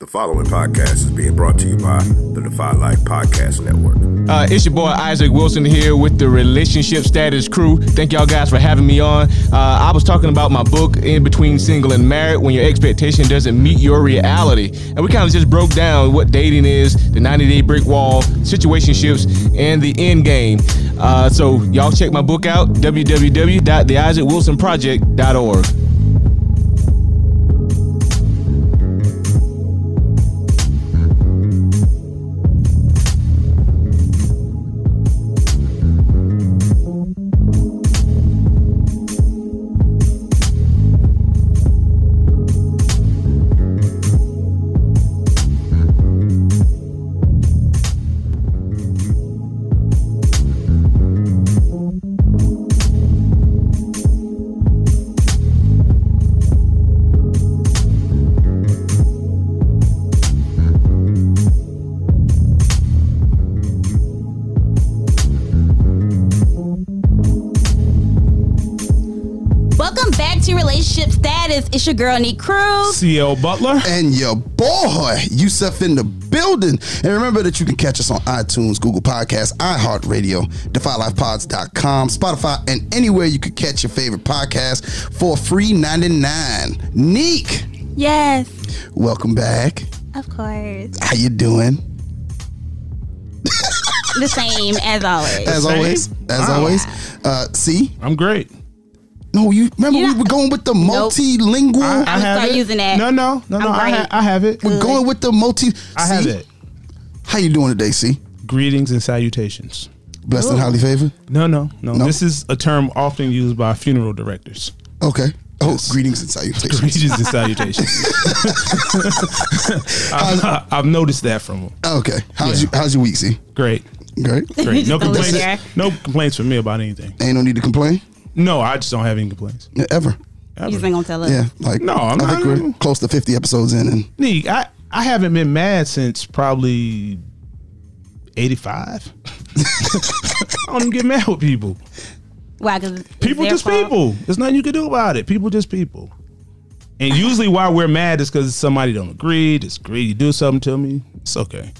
The following podcast is being brought to you by the Defy Life Podcast Network. Uh, it's your boy Isaac Wilson here with the Relationship Status Crew. Thank y'all guys for having me on. Uh, I was talking about my book, In Between Single and Married, when your expectation doesn't meet your reality. And we kind of just broke down what dating is, the 90 day brick wall, situationships, and the end game. Uh, so y'all check my book out, www.theisaacwilsonproject.org. Welcome back to Relationship Status. It's your girl, Nee Cruz. CL Butler. and your boy Yusef in the building. And remember that you can catch us on iTunes, Google Podcasts, iHeartRadio, DefyLifePods.com, Spotify, and anywhere you could catch your favorite podcast for free 99. Neek, Yes, welcome back. of course. How you doing? The same as always. As Same. always, as Wow. always. Uh, see, I'm great. no, you remember You're we not- were going with the multilingual. I- would start using that. No, no, no, no. I'm I, great. ha- I have it. we're going with the multi. I see? have it. How you doing today? See, Greetings and salutations. blessed and highly favored. No, no, no, No. This is a term often used by funeral directors. Okay. Oh, greetings and salutations. Greetings and salutations. I, have noticed that from them. Oh, Okay. How's Yeah. you, how's your week? See, Great, great. great. No Just don't complaints. care. No complaints from me about anything. Ain't no need to complain No, I just don't have any complaints. Yeah, ever. You just ain't gonna tell us. Yeah, like No, I'm I think not- we're close to fifty episodes in, and Neek, I, I haven't been mad since probably 85. I don't even get mad with people. Why? 'Cause it's People their just fault. people. There's nothing you can do about it. People just people. And usually why we're mad is because somebody don't agree, disagree, you do something to me. It's okay.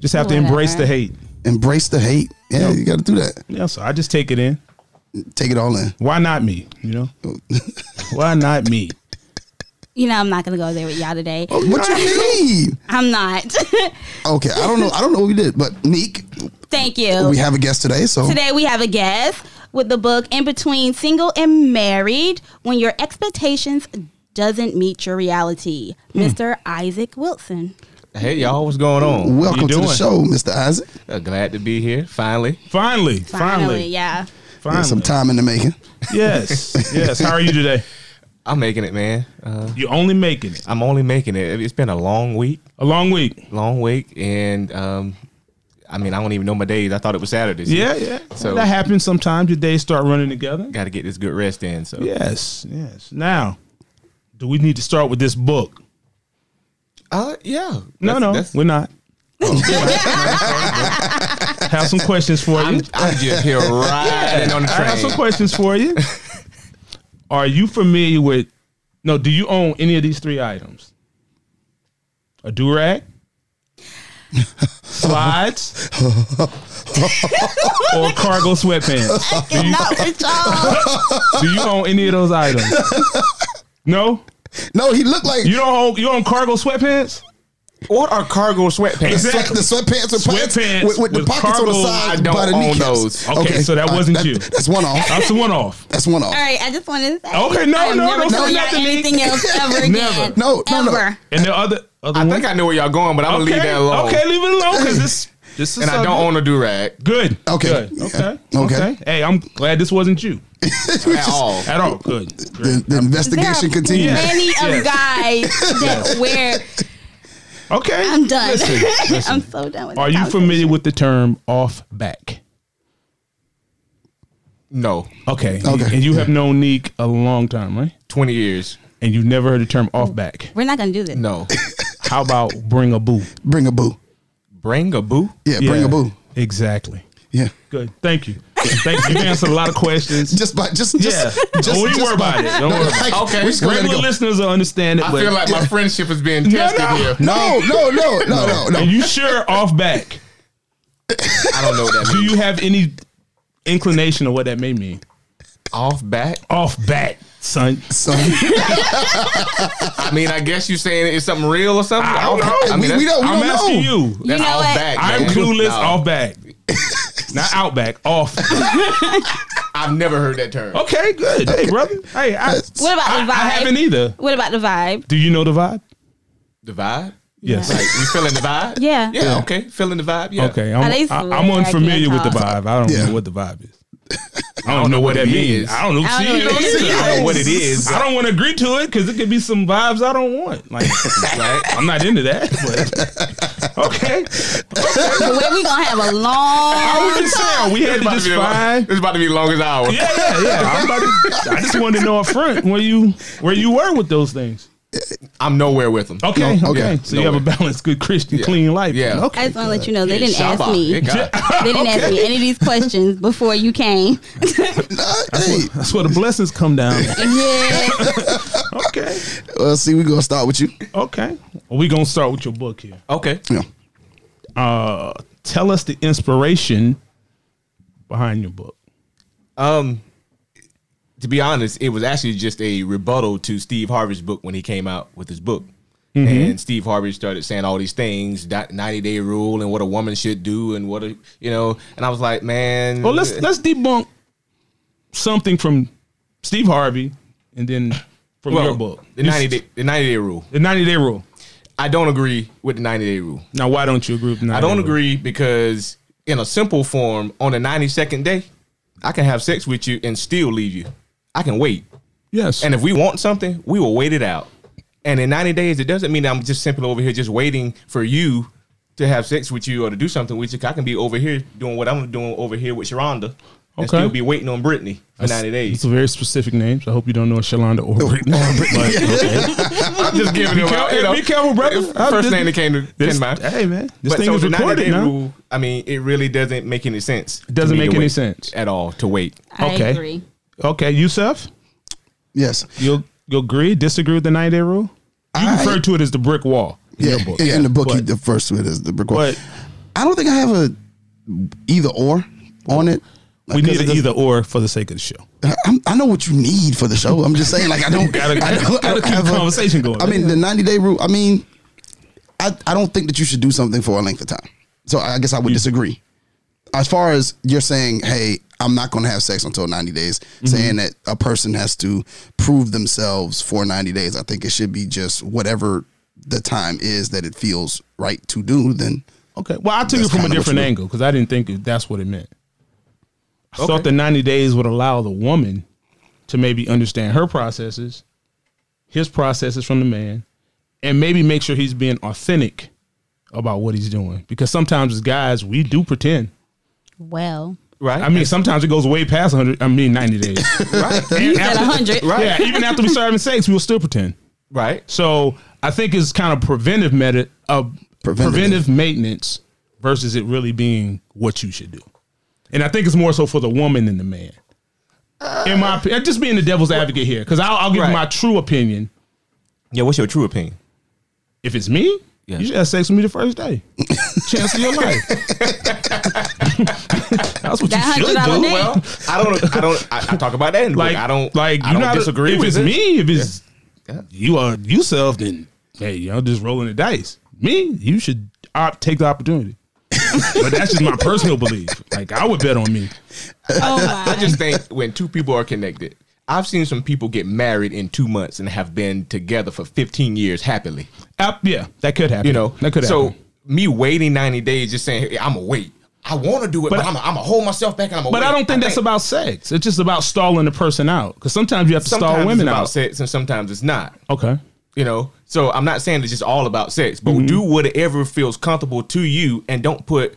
Just have to embrace the Whatever. hate. embrace the hate. Yeah, you got to do that. Yeah, so I just take it in. Take it all in. Why not me? You know? why not me? You know, I'm not gonna go there with y'all today. Oh. What you mean? I'm not. Okay, I don't know. I don't know what we did, but Neek, Thank you. we have a guest today, so Today we have a guest with the book In Between Single and Married When Your Expectations Doesn't Meet Your Reality, Hmm. Mr. Isaac Wilson. Hey y'all, what's going on? welcome you to the doing? show, Mr. Isaac. Uh, glad to be here finally. Finally. Finally. Finally, Finally. yeah. Yeah, some time in the making. Yes. Yes. How are you today? I'm making it, man. Uh, You only making it. I'm only making it. It's been a long week. A long week. long week, and um, I mean, I don't even know my days. I thought it was Saturdays. Yeah, yeah. So- So that happens sometimes. Your days start running together. got to get this good rest in. So Yes, yes. Now, do we need to start with this book? uh, yeah. No, That's- no, that's- we're not. have some questions for you. Oh. I'm, I'm just here riding on the I have some train. questions for you. Are you familiar with? No, do you own any of these three items? A do rag, slides, or cargo sweatpants. Not with y'all. Do you own any of those items? No, No, he looked like you don't own. You own cargo sweatpants. What are cargo sweatpants? sweat- Exactly. the sweatpants and pants Sweatpants with, with the with pockets on cargo. the side I don't by the own kneecaps. those. Okay, so that all right, wasn't you. That's one off. That's the one off. That's one off. All right, I just wanted to say. Okay, no, I'm no, never don't say telling y'all nothing, Nick. anything else ever again. Never. No, no, no. ever. And the other, other I one? think I know where y'all going, but I'm gonna okay, leave that alone. Okay, leave it alone because this, this is And I something- don't own a do rag Good. Okay. Good. Yeah. Okay. Okay. okay. Hey, I'm glad this wasn't you at all. at all. Good. Great. The, the There investigation are continues. Yeah. Many of Yes. guys that wear. Okay. I'm done. Listen, listen. I'm so done with. Are this you familiar with the term off back? No, Okay. Okay. And you have known Neek a long time, right? twenty years. And you've never heard the term off back. conversation. We're not gonna do this. No, How about bring a boo? Bring a boo. bring a boo. Yeah, bring Yeah, a boo. Exactly. Yeah. Good. Thank you. Thank you. You answered a lot of questions. Just by just just yeah. just, Don't even just worry by- about it. Don't worry about it. Like, Okay. we just gonna let it Regular go. listeners will understand it. I but feel like my friendship is being tested no. here. No, no, no, no, no, no. and you sure off back. I don't know what that means. Do you have any inclination of what that may mean? Off back? Off back, son. So, I mean, I guess you saying it's something real or something. I don't know. We- we Oh, don't- we I'm don't asking know. you. You That's know off what? back. I'm man. clueless. No, Off back. Not out back. Off. I've never heard that term. okay, good. Hey, brother. Hey, I, What about I, the vibe? I haven't either. What about the vibe? Do you know the vibe? The vibe? Yes. Like, you feeling the vibe? Yeah. Yeah, okay. Feeling the vibe? Yeah. Okay, Are they I'm, I, I'm slick? unfamiliar I with can't the vibe. I don't Yeah. know what the vibe is. I don't, know, what that it means. is. I don't know. I See, don't you know what know what I'm it saying? I don't know what it is. I don't want to agree to it because it could be some vibes I don't want. Like, right? I'm not into that. But okay, Wait, we gonna have a long. I was just saying we had to just be the- find. it's about to be the longest hour. Yeah, yeah, yeah. I'm about to, I just wanted to know up front where you where you were with those things. I'm nowhere with them. Okay, No, okay. okay. So you have a balanced, good Christian, clean life. Yeah. Okay. I just want to let you know they didn't Shabbat. ask me. It got- They didn't ask me any of these questions before you came. uh, hey, That's where the blessings come down. yeah. okay. uh, see, we gonna start with you. Okay. Well, we gonna start with your book here. okay. Yeah. uh, tell us the inspiration behind your book. Um, to be honest, it was actually just a rebuttal to Steve Harvey's book when he came out with his book. Mm-hmm. And Steve Harvey started saying all these things, that 90 day rule and what a woman should do and what a, you know, and I was like, man. Well, let's let's debunk something from Steve Harvey, and then from Well, your book, The 90 day, the 90 day rule. the 90 day rule. I don't agree with the 90 day rule. Now, why don't you agree? With the 90 I day don't rule? agree because in a simple form, on the 92nd day, I can have sex with you and still leave you. I can wait. Yes, And if we want something, we will wait it out. And in 90 days, it doesn't mean I'm just simply over here just waiting for you to have sex with you or to do something with you. 'Cause I can be over here doing what I'm doing over here with Sharonda and Okay. still be waiting on Brittany for 90 It's days. a very specific name. So I hope you don't know Shalonda or Brittany. I'm just giving it out. You know, Be careful, brother. I'm First just- name that came to, came This- to mind. hey, man, this But thing so is the 90 recorded day now. rule, I mean, it really doesn't make any sense. It doesn't make any sense. at all to wait. I Okay. agree. Okay, Yusuf, Yes. you'll you agree? Disagree with the 90 day rule? You I- refer to it as the brick wall. in Yeah, your book. in the book, he, but- the first one is the brick wall. but- I don't think I have a either or on it. We need Because it an doesn't- either or for the sake of the show. I'm, I know what you need for the show. I'm just saying, like, I don't. Gotta- I don't, gotta I don't keep have a- conversation going. I mean, the 90 day rule. I mean, I, I don't think that you should do something for a length of time. So I guess I would disagree. As far as you're saying, hey, I'm not going to have sex until 90 days, Mm-hmm. saying that a person has to prove themselves for 90 days, I think it should be just whatever the time is that it feels right to do. Then Okay. Well, I took That's it from a kinda what different you- angle because I didn't think it- that's what it meant. I thought the 90 days would allow the woman to maybe understand her processes, his processes from the man, and maybe make sure he's being authentic about what he's doing. Because sometimes as guys, we do pretend. Well, Right? I mean, sometimes it goes way past 100, I mean, 90 days. right. And at after- 100. Right. Yeah, even after we start having sex, we will still pretend. right. So I think it's kind of preventive meta uh, Preventative. preventive. maintenance versus it really being what you should do. And I think it's more so for the woman than the man. In my opinion, just being the devil's advocate here, because I'll, I'll give Right. my true opinion. Yeah, what's your true opinion? If it's me, Yeah. you should have sex with me the first day. Chance of your life. That's what That you should $100 do. day. Well, I don't. I don't. I, I talk about that. In the like book. I don't. like I you don't not disagree if with it's it. me if it's Yeah. you are yourself then hey y'all just rolling the dice me you should opt take the opportunity but that's just my personal belief like i would bet on me Oh my. I just think when two people are connected, I've seen some people get married in two months and have been together for 15 years happily. Uh, yeah that could happen You know, that could so happen me waiting 90 days, just saying, hey, I'm gonna wait. I want to do it, but, But- I'm gonna hold myself back and I'm gonna. but wait. i don't think that's about sex it's just about stalling the person out because sometimes you have to sometimes stall women it's about out sex and sometimes it's not. okay You know, so Mm-hmm. I'm not saying it's just all about sex, but do whatever feels comfortable to you and don't put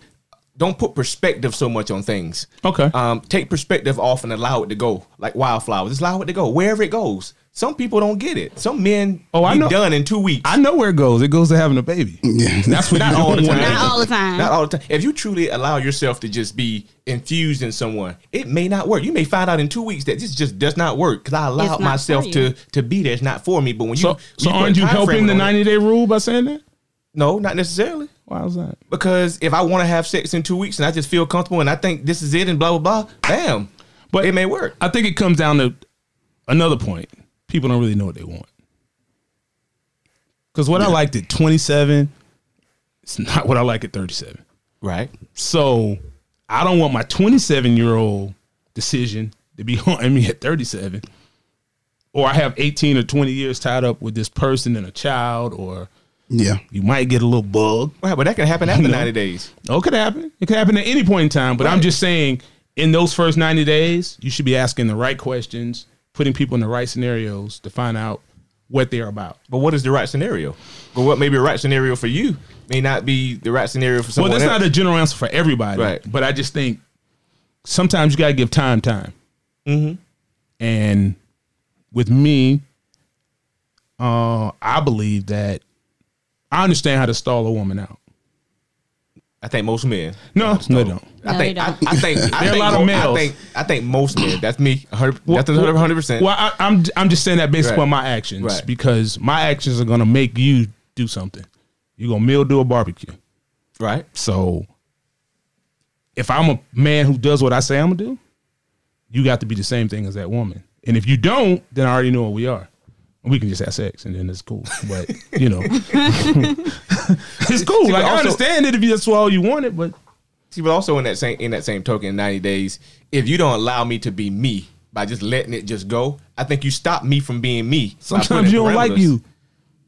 don't put perspective so much on things. Okay. Um, take perspective off and allow it to go. Like wildflowers, just allow it to go wherever it goes. Some people don't get it. Some men Oh, I be know- done in two weeks. I know where it goes. It goes to having a baby. Yeah. That's what not you all the don't time. want. Not all the time. Not all the time. If you truly allow yourself to just be infused in someone, it may not work. You may find out in two weeks that this just does not work because I allowed not myself for you. to to be there. It's not for me. But when you So, so put a aren't you time frame helping the on 90 it- day rule by saying that? No, not necessarily. Why is that? Because if I want to have sex in two weeks and I just feel comfortable and I think this is it and blah blah blah, bam. But- But it may work. I think it comes down to another point. People don't really know what they want. Because what I liked at 27, it's not what I like at 37. Right. So I don't want my 27 year old decision to be haunting me at 37. Or I have 18 or 20 years tied up with this person and a child, or Yeah. you might get a little bug. Right, but that can happen after No. 90 days. Oh, it could happen. It could happen at any point in time. But I'm just saying, in those first 90 days, you should be asking the right questions, putting people in the right scenarios to find out what they're about. But what is the right scenario? But what may be the right scenario for you may not be the right scenario for Well, someone that's else. not a general answer for everybody. Right. But I just think sometimes you got to give time time. Mm-hmm. And with me, uh, I believe that I understand how to stall a woman out. I think most men. No, no, they don't. I No, think they I, don't. I think There I are a think lot of mo- males. I think I think most men. That's me. a hundred- That's one hundred percent. Well, I, I'm I'm just saying that based Right. upon my actions Right. because my actions are gonna make you do something. You're gonna mildew a barbecue. Right. So if I'm a man who does what I say I'm gonna do, you got to be the same thing as that woman. And if you don't, then I already know what we are. We can just have sex and then it's cool. But you know, it's cool. See, but Like I also- understand it if that's all you wanted, but See, but also in that same in that same token, in ninety days, if you don't allow me to be me by just letting it just go, I think you stop me from being me. by sometimes putting you don't like parameters. you.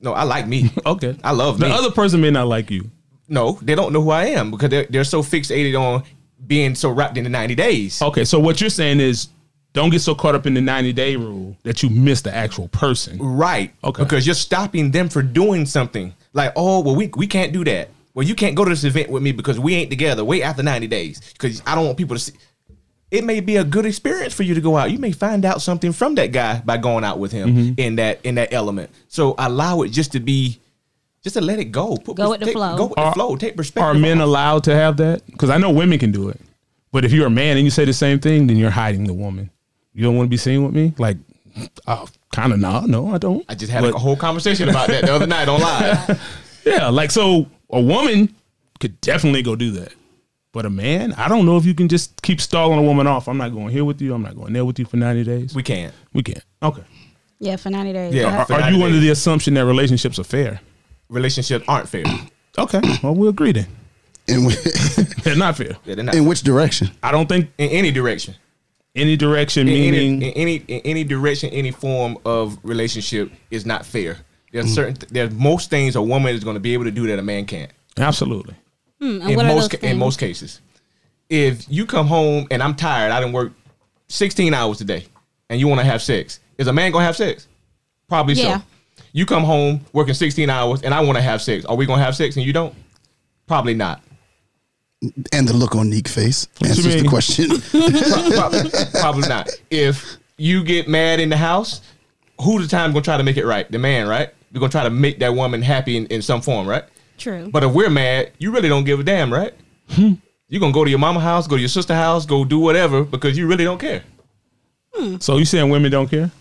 No, I like me. Okay, I love the me. other person may not like you. no, they don't know who I am because they're, they're so fixated on being so wrapped in the ninety days. Okay, so what you're saying is don't get so caught up in the 90 day rule that you miss the actual person. Right. Okay. Because you're stopping them for doing something. Like, oh, well, we, we can't do that. Well, you can't go to this event with me because we ain't together. Wait after 90 days because I don't want people to see. It may be a good experience for you to go out. You may find out something from that guy by going out with him in that in that element. So allow it just to be, just to let it go. Put- Go with the take- flow. Go with the Are- flow. Take perspective. Are men allowed to have that? Because I know women can do it. But if you're a man and you say the same thing, then you're hiding the woman. You don't want to be seen with me? Like, oh, kind of nah. No, I don't. I just had But- a whole conversation about that the other night online. Yeah, like, so a woman could definitely go do that. But a man, I don't know if you can just keep stalling a woman off. I'm not going here with you. I'm not going there with you for 90 days. We can't. we can't. Okay. Yeah, for 90 days. Yeah. Are, For are 90 you under days. the assumption that relationships are fair? Relationships aren't fair. Okay. Well, we agree then. In, whi- They're not fair. Yeah, they're not. in which direction? I don't think in any direction. any direction in any, meaning in any in any direction, any form of relationship is not fair. There's certain there's most things a woman is going to be able to do that a man can't. absolutely. Hmm, and in what are most those in things? most cases, if you come home and I'm tired, I didn't work 16 hours today, and you want to have sex, is a man going to have sex? Probably Yeah. so. You come home working 16 hours, and I want to have sex. Are we going to have sex and you don't? Probably not. And the look on Neek's face you answers the mean? question. probably, probably not. If you get mad in the house, who the time gonna try to make it right? The man, right? We're gonna try to make that woman happy in, in some form, right? True. But if we're mad, you really don't give a damn, right? Hmm. You're gonna go to your mama house, go to your sister house, go do whatever because you really don't care. So you saying women don't care?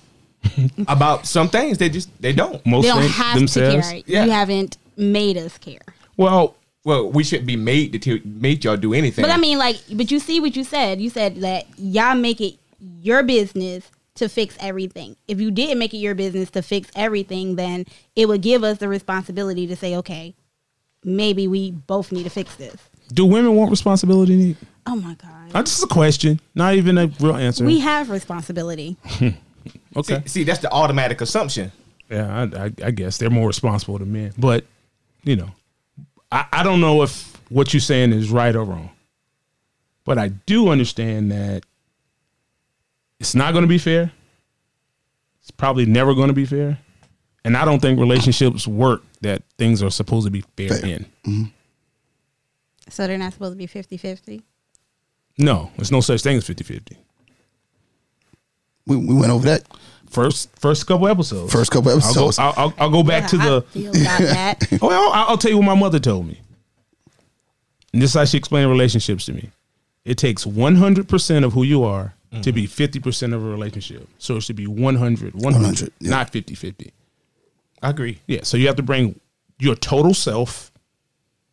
About some things they just they don't. Most they don't things have themselves. to care. Yeah. You haven't made us care. Well, Well, we should be made to t- make y'all do anything. But I mean, like, but you see what you said. You said that y'all make it your business to fix everything. If you didn't make it your business to fix everything, then it would give us the responsibility to say, okay, maybe we both need to fix this. do women want responsibility? Nick? Oh my God. Uh, This is a question, not even a real answer. We have responsibility. okay. see, that's the automatic assumption. Yeah, I, I, I guess they're more responsible than men. But you know, I, I don't know if what you're saying is right or wrong. But I do understand that it's not going to be fair. It's probably never going to be fair. And I don't think relationships work that things are supposed to be fair, in. So they're not supposed to be 50 50. No, there's no such thing as 50 50. We, we went over that First, first couple episodes. first couple episodes. I'll go, I'll, I'll, I'll go back to the. feel about that. Oh, I'll, I'll tell you what my mother told me. And this is how she explained relationships to me. It takes 100% of who you are to be 50% of a relationship. So it should be 100, 100, 100, yeah. not 50 50. I agree. Yeah. So you have to bring your total self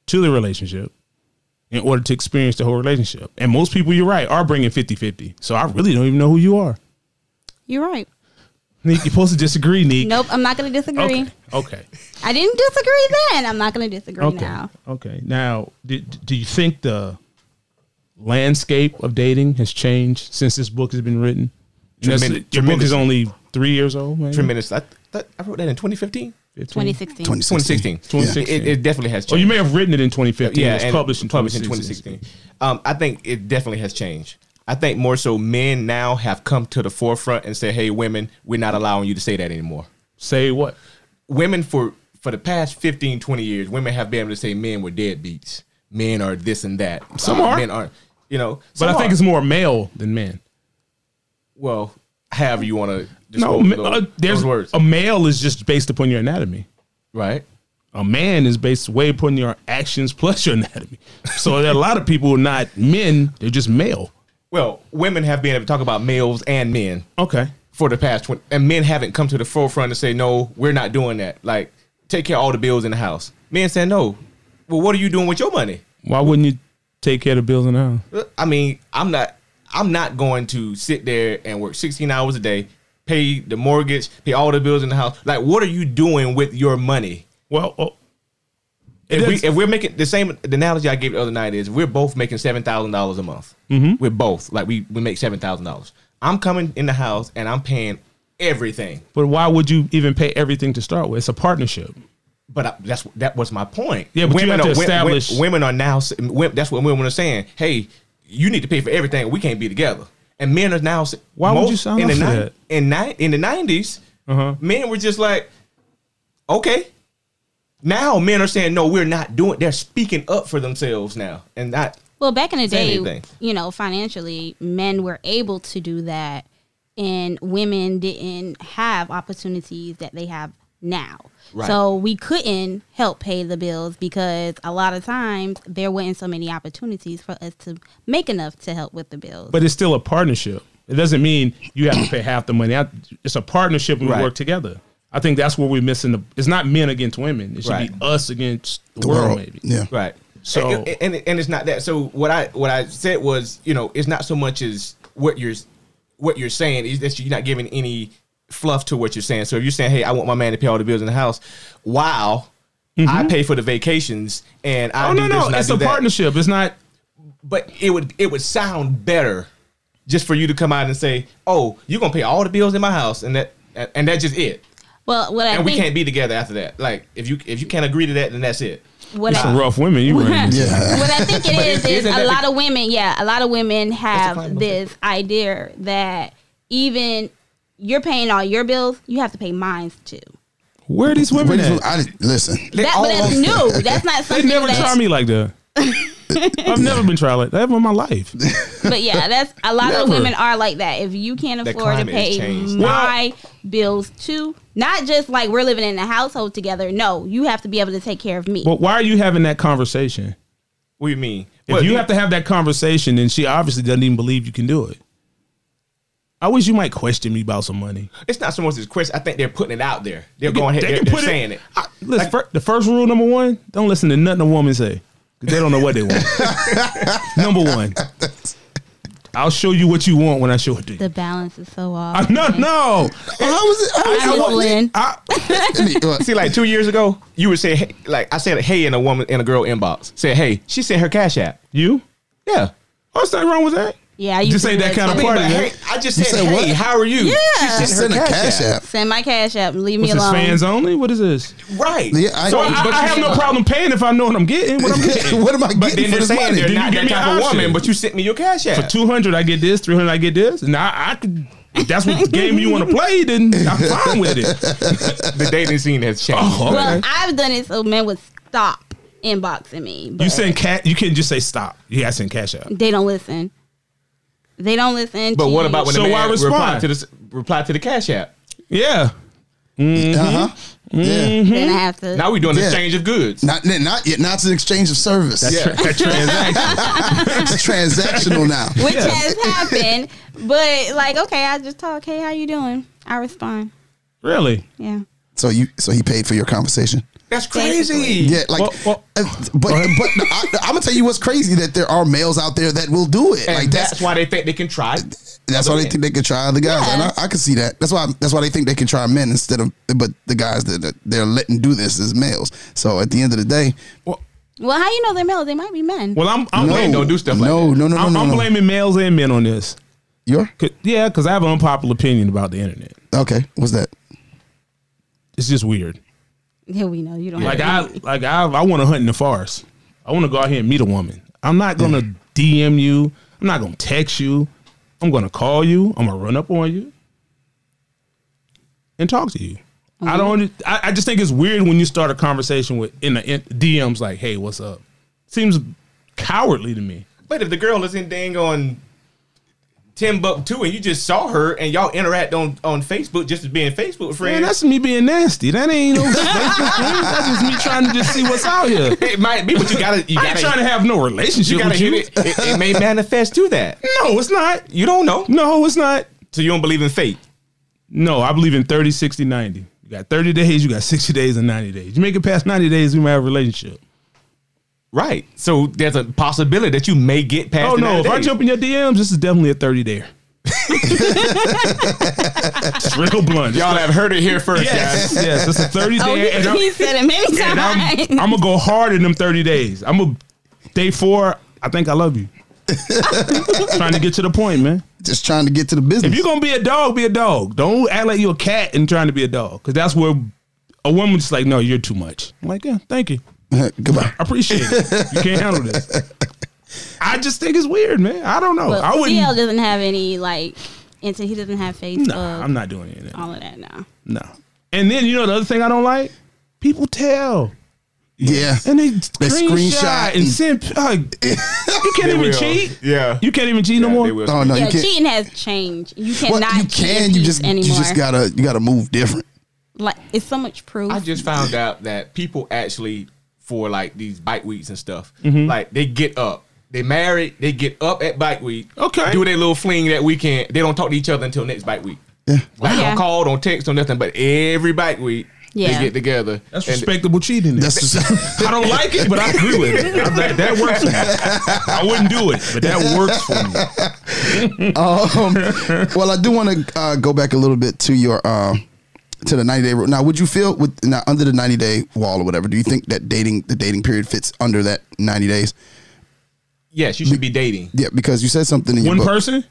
to the relationship in order to experience the whole relationship. And most people, you're right, are bringing 50 50. So I really don't even know who you are. You're right. Neek, you're supposed to disagree, Neek. Nope, I'm not going to disagree. Okay. Okay. I didn't disagree then. I'm not going to disagree Okay. now. Okay. Now, do, do you think the landscape of dating has changed since this book has been written? Tremendous- That's- your book is tremendous. only three years old, maybe? Tremendous. I, that, I wrote that in 2015, 2016. 2016. 2016. 2016. It, it definitely has changed. Oh, you may have written it in 2015. it was and published in published 2016. Um, I think it definitely has changed. I think more so men now have come to the forefront and say, "Hey, women, we're not allowing you to say that anymore." Say what? Women for for the past 15, 20 years, women have been able to say men were deadbeats. Men are this and that. Some are. Men aren't. You know. But I think it's more male than man. well, however you want to. No, ma- uh, there's those words, a male is just based upon your anatomy. right? A man is based way upon your actions plus your anatomy. So there are a lot of people who are not men; they're just male. Well, women have been able to talk about males and men Okay, for the past 20 and men haven't come to the forefront and say no we're not doing that like take care of all the bills in the house men said no well what are you doing with your money why wouldn't you take care of the bills and the house? Uh, i mean i'm not i'm not going to sit there and work 16 hours a day pay the mortgage pay all the bills in the house like what are you doing with your money Well, oh, if, we, That's- if we're making the same the analogy I gave the other night is we're both making seven thousand dollars a month. We're both like we, we make seven thousand dollars. I'm coming in the house and I'm paying everything. but why would you even pay everything to start with? It's a partnership. But I, that's that was my point. Yeah, but you have to are, wo- wo- establish- women are now. s- wo- That's what women are saying. Hey, you need to pay for everything. We can't be together. And men are now. s- Why would you most- sign in up the for nine- that? Uh-huh. In nine in the 90s men were just like, okay. Now men are saying no, we're not doing. They're speaking up for themselves now, and not Well, back in the Say day, anything. you know, financially, men were able to do that, and women didn't have opportunities that they have now. Right. So we couldn't help pay the bills because a lot of times there weren't so many opportunities for us to make enough to help with the bills. But it's still a partnership. It doesn't mean you have to pay half the money. I- It's a partnership and Right. we work together. I think that's where we're missing. The, it's not men against women. It should Right. be us against the, The world, world. maybe. Yeah. Right. So- and, and, and it's not that. So what I what I said was, you know, it's not so much as what you're what you're saying is that you're not giving any fluff to what you're saying. So if you're saying, "Hey, I want my man to pay all the bills in the house," wow. I pay for the vacations and I Mm-hmm. Oh do no, this no, and I it's do a that. partnership. It's not. But it would it would sound better just for you to come out and say, "Oh, you're gonna pay all the bills in my house," and that and that's just it. well, what I And we think, can't be together after that. Like if you if you can't agree to that, then that's it. what It's I- some rough women. You run into. Yeah. what I think it is is isn't that a the- lot of women. Yeah, a lot of women climate have of this idea that even you're paying all your bills, you have to pay mine too. Where are these women? Where at? did you- I didn't- listen. That, but that's new. That's not They something. never that- try me like that. I've never been tried like that ever in my life. But yeah, that's a lot of Never. women are like that. If you can't The afford to climate has pay changed. my bills too, not just like we're living in a household together. No, you have to be able to take care of me. But why are you having that conversation? What do you mean? If you have to have that conversation, then she obviously doesn't even believe you can do it. I wish you might question me about some money. it's not so much as question. I think they're putting it out there. They're going ahead. They They are can put it- saying it. I- listen, fir- the first rule number one: don't listen to nothing a woman say. 'cause They don't know what they want. number one, I'll show you what you want when I show it to you. the balance is so I- off. no, no. How was it? How was I'm it? Lynn. I, Any- what? See, like two years ago, you would say, hey, like I said, hey, in a woman in a girl inbox, said, hey, she sent her cash app. you? Yeah. Oh, there's nothing wrong with that. Yeah, you Just do ain't that kind I of mean, too. but party, man. hey, I just said, said hey, what? how are you? Yeah. She Just send sent a her cash app. Send my cash app and leave me What's this alone. fans only? What is this? Right. Yeah, I- So I, But I have no problem paying if I know what I'm getting. What I'm getting. what am I But getting for then they're this saying money? they're Did you not give that me an type of option? woman, but you sent me your cash app. For two hundred, I get this. Three hundred, I get this. And I, I could. If that's what game you want to play, then I'm fine with it. the dating scene has changed. Oh, Well, I've done it so men would stop. inboxing me. But You send cat. You can just say stop. You gotta send cash out. they don't listen. They don't listen. But to what you. about when So the why man respond? reply to this reply to the cash app? Yeah. Uh huh. Mm-hmm. Yeah. then I have to? Now we doing an Yeah. exchange of goods. Not not yet. Now it's an exchange of service. That's tra- that transaction. It's transactional now. which has happened. But like, okay, I just talk. Hey, how you doing? I respond. really? Yeah. So you so he paid for your conversation. That's crazy. Yeah, like, Well, well- uh, but but I, I'm gonna tell you what's crazy that there are males out there that will do it. And like that's, that's why they think they can try. That's why they think they can try other guys, and Yes. I, I can see that. That's why that's why they think they can try men instead of but the guys that that they're letting do this is males. So at the end of the day, Well, how you know they're males? They might be men. Well, I'm I'm, no, blaming, don't do stuff like no, that. No, no, no, I'm, no, I'm no. blaming males and men on this. You're 'Cause- yeah, because I have an unpopular opinion about the internet. okay. What's that? It's just weird. yeah, we know you don't. Like I have like I I want to hunt in the forest. I want to go out here and meet a woman. I'm not gonna DM you. I'm not gonna text you. I'm gonna call you. I'm gonna run up on you and talk to you. Mm-hmm. I don't. I, I just think it's weird when you start a conversation with in the in, DMs like, "Hey, what's up?" Seems cowardly to me. But if the girl is in dang on Timbuktu and you just saw her and y'all interact on, on Facebook just as being Facebook Man, friends, that's me being nasty. That ain't no. that's just me trying to just see what's out here. it might be, but you gotta you I ain't gotta, trying to have no relationship you gotta with hit you. it. it. It may manifest to that. No, it's not. You don't know. No, it's not. So you don't believe in fate. No, I believe in 30, 60, 90. You got 30 days, you got 60 days, and 90 days. You make it past 90 days, we might have a relationship. Right. So there's a possibility that you may get past. oh, the no. If 90 I days. jump in your DMs, this is definitely a 30 day. Just real blunt. y'all have heard it here first, yes, guys. yes, it's a 30 day. Oh, he, and I'm, he said it many and I'm, times. I'm going to go hard in them 30 days. I'm going to, day four, I think I love you. Trying to get to the point, man. Just trying to get to the If business. you're gonna be a dog, be a dog. Don't act like you're a cat and trying to be a dog, because that's where a woman just like, no, you're too much. I'm like, yeah, thank you, Goodbye. I appreciate it. You can't handle this. I just think it's weird, man. I don't know. but I wouldn't. CL doesn't have any like. Into he doesn't have Facebook. nah, I'm not doing any of that. all of that now. No. And then you know the other thing I don't like, people tell Yeah. and they, screenshot screenshot, and and- send. Uh, you can't They even will. cheat. Yeah. you can't even cheat no Yeah, more. they will. Oh no, Yeah, you can't. cheating has changed. You Well, cannot. you cheat can. in You peace just anymore. you just gotta you gotta move different. like it's so much proof. I just found out that people actually for like these bike weeks and stuff, Mm-hmm. like they get up. They married, they get up at bike week. Okay. Do their little fling that weekend. They don't talk to each other until next bike week. Yeah. Like Yeah. don't call, don't text, don't nothing. But every bike week, Yeah. they get together. That's and- respectable cheating. That's just, I don't like it, but I agree with it. I'm like, that works for me. I wouldn't do it, but that works for me. um, well, I do want to uh, go back a little bit to your uh, to the ninety day rule. Now, would you feel with now under the ninety day wall or whatever? Do you think that dating the dating period fits under that ninety days? yes, you should be dating. Yeah, because you said something in your One book. person?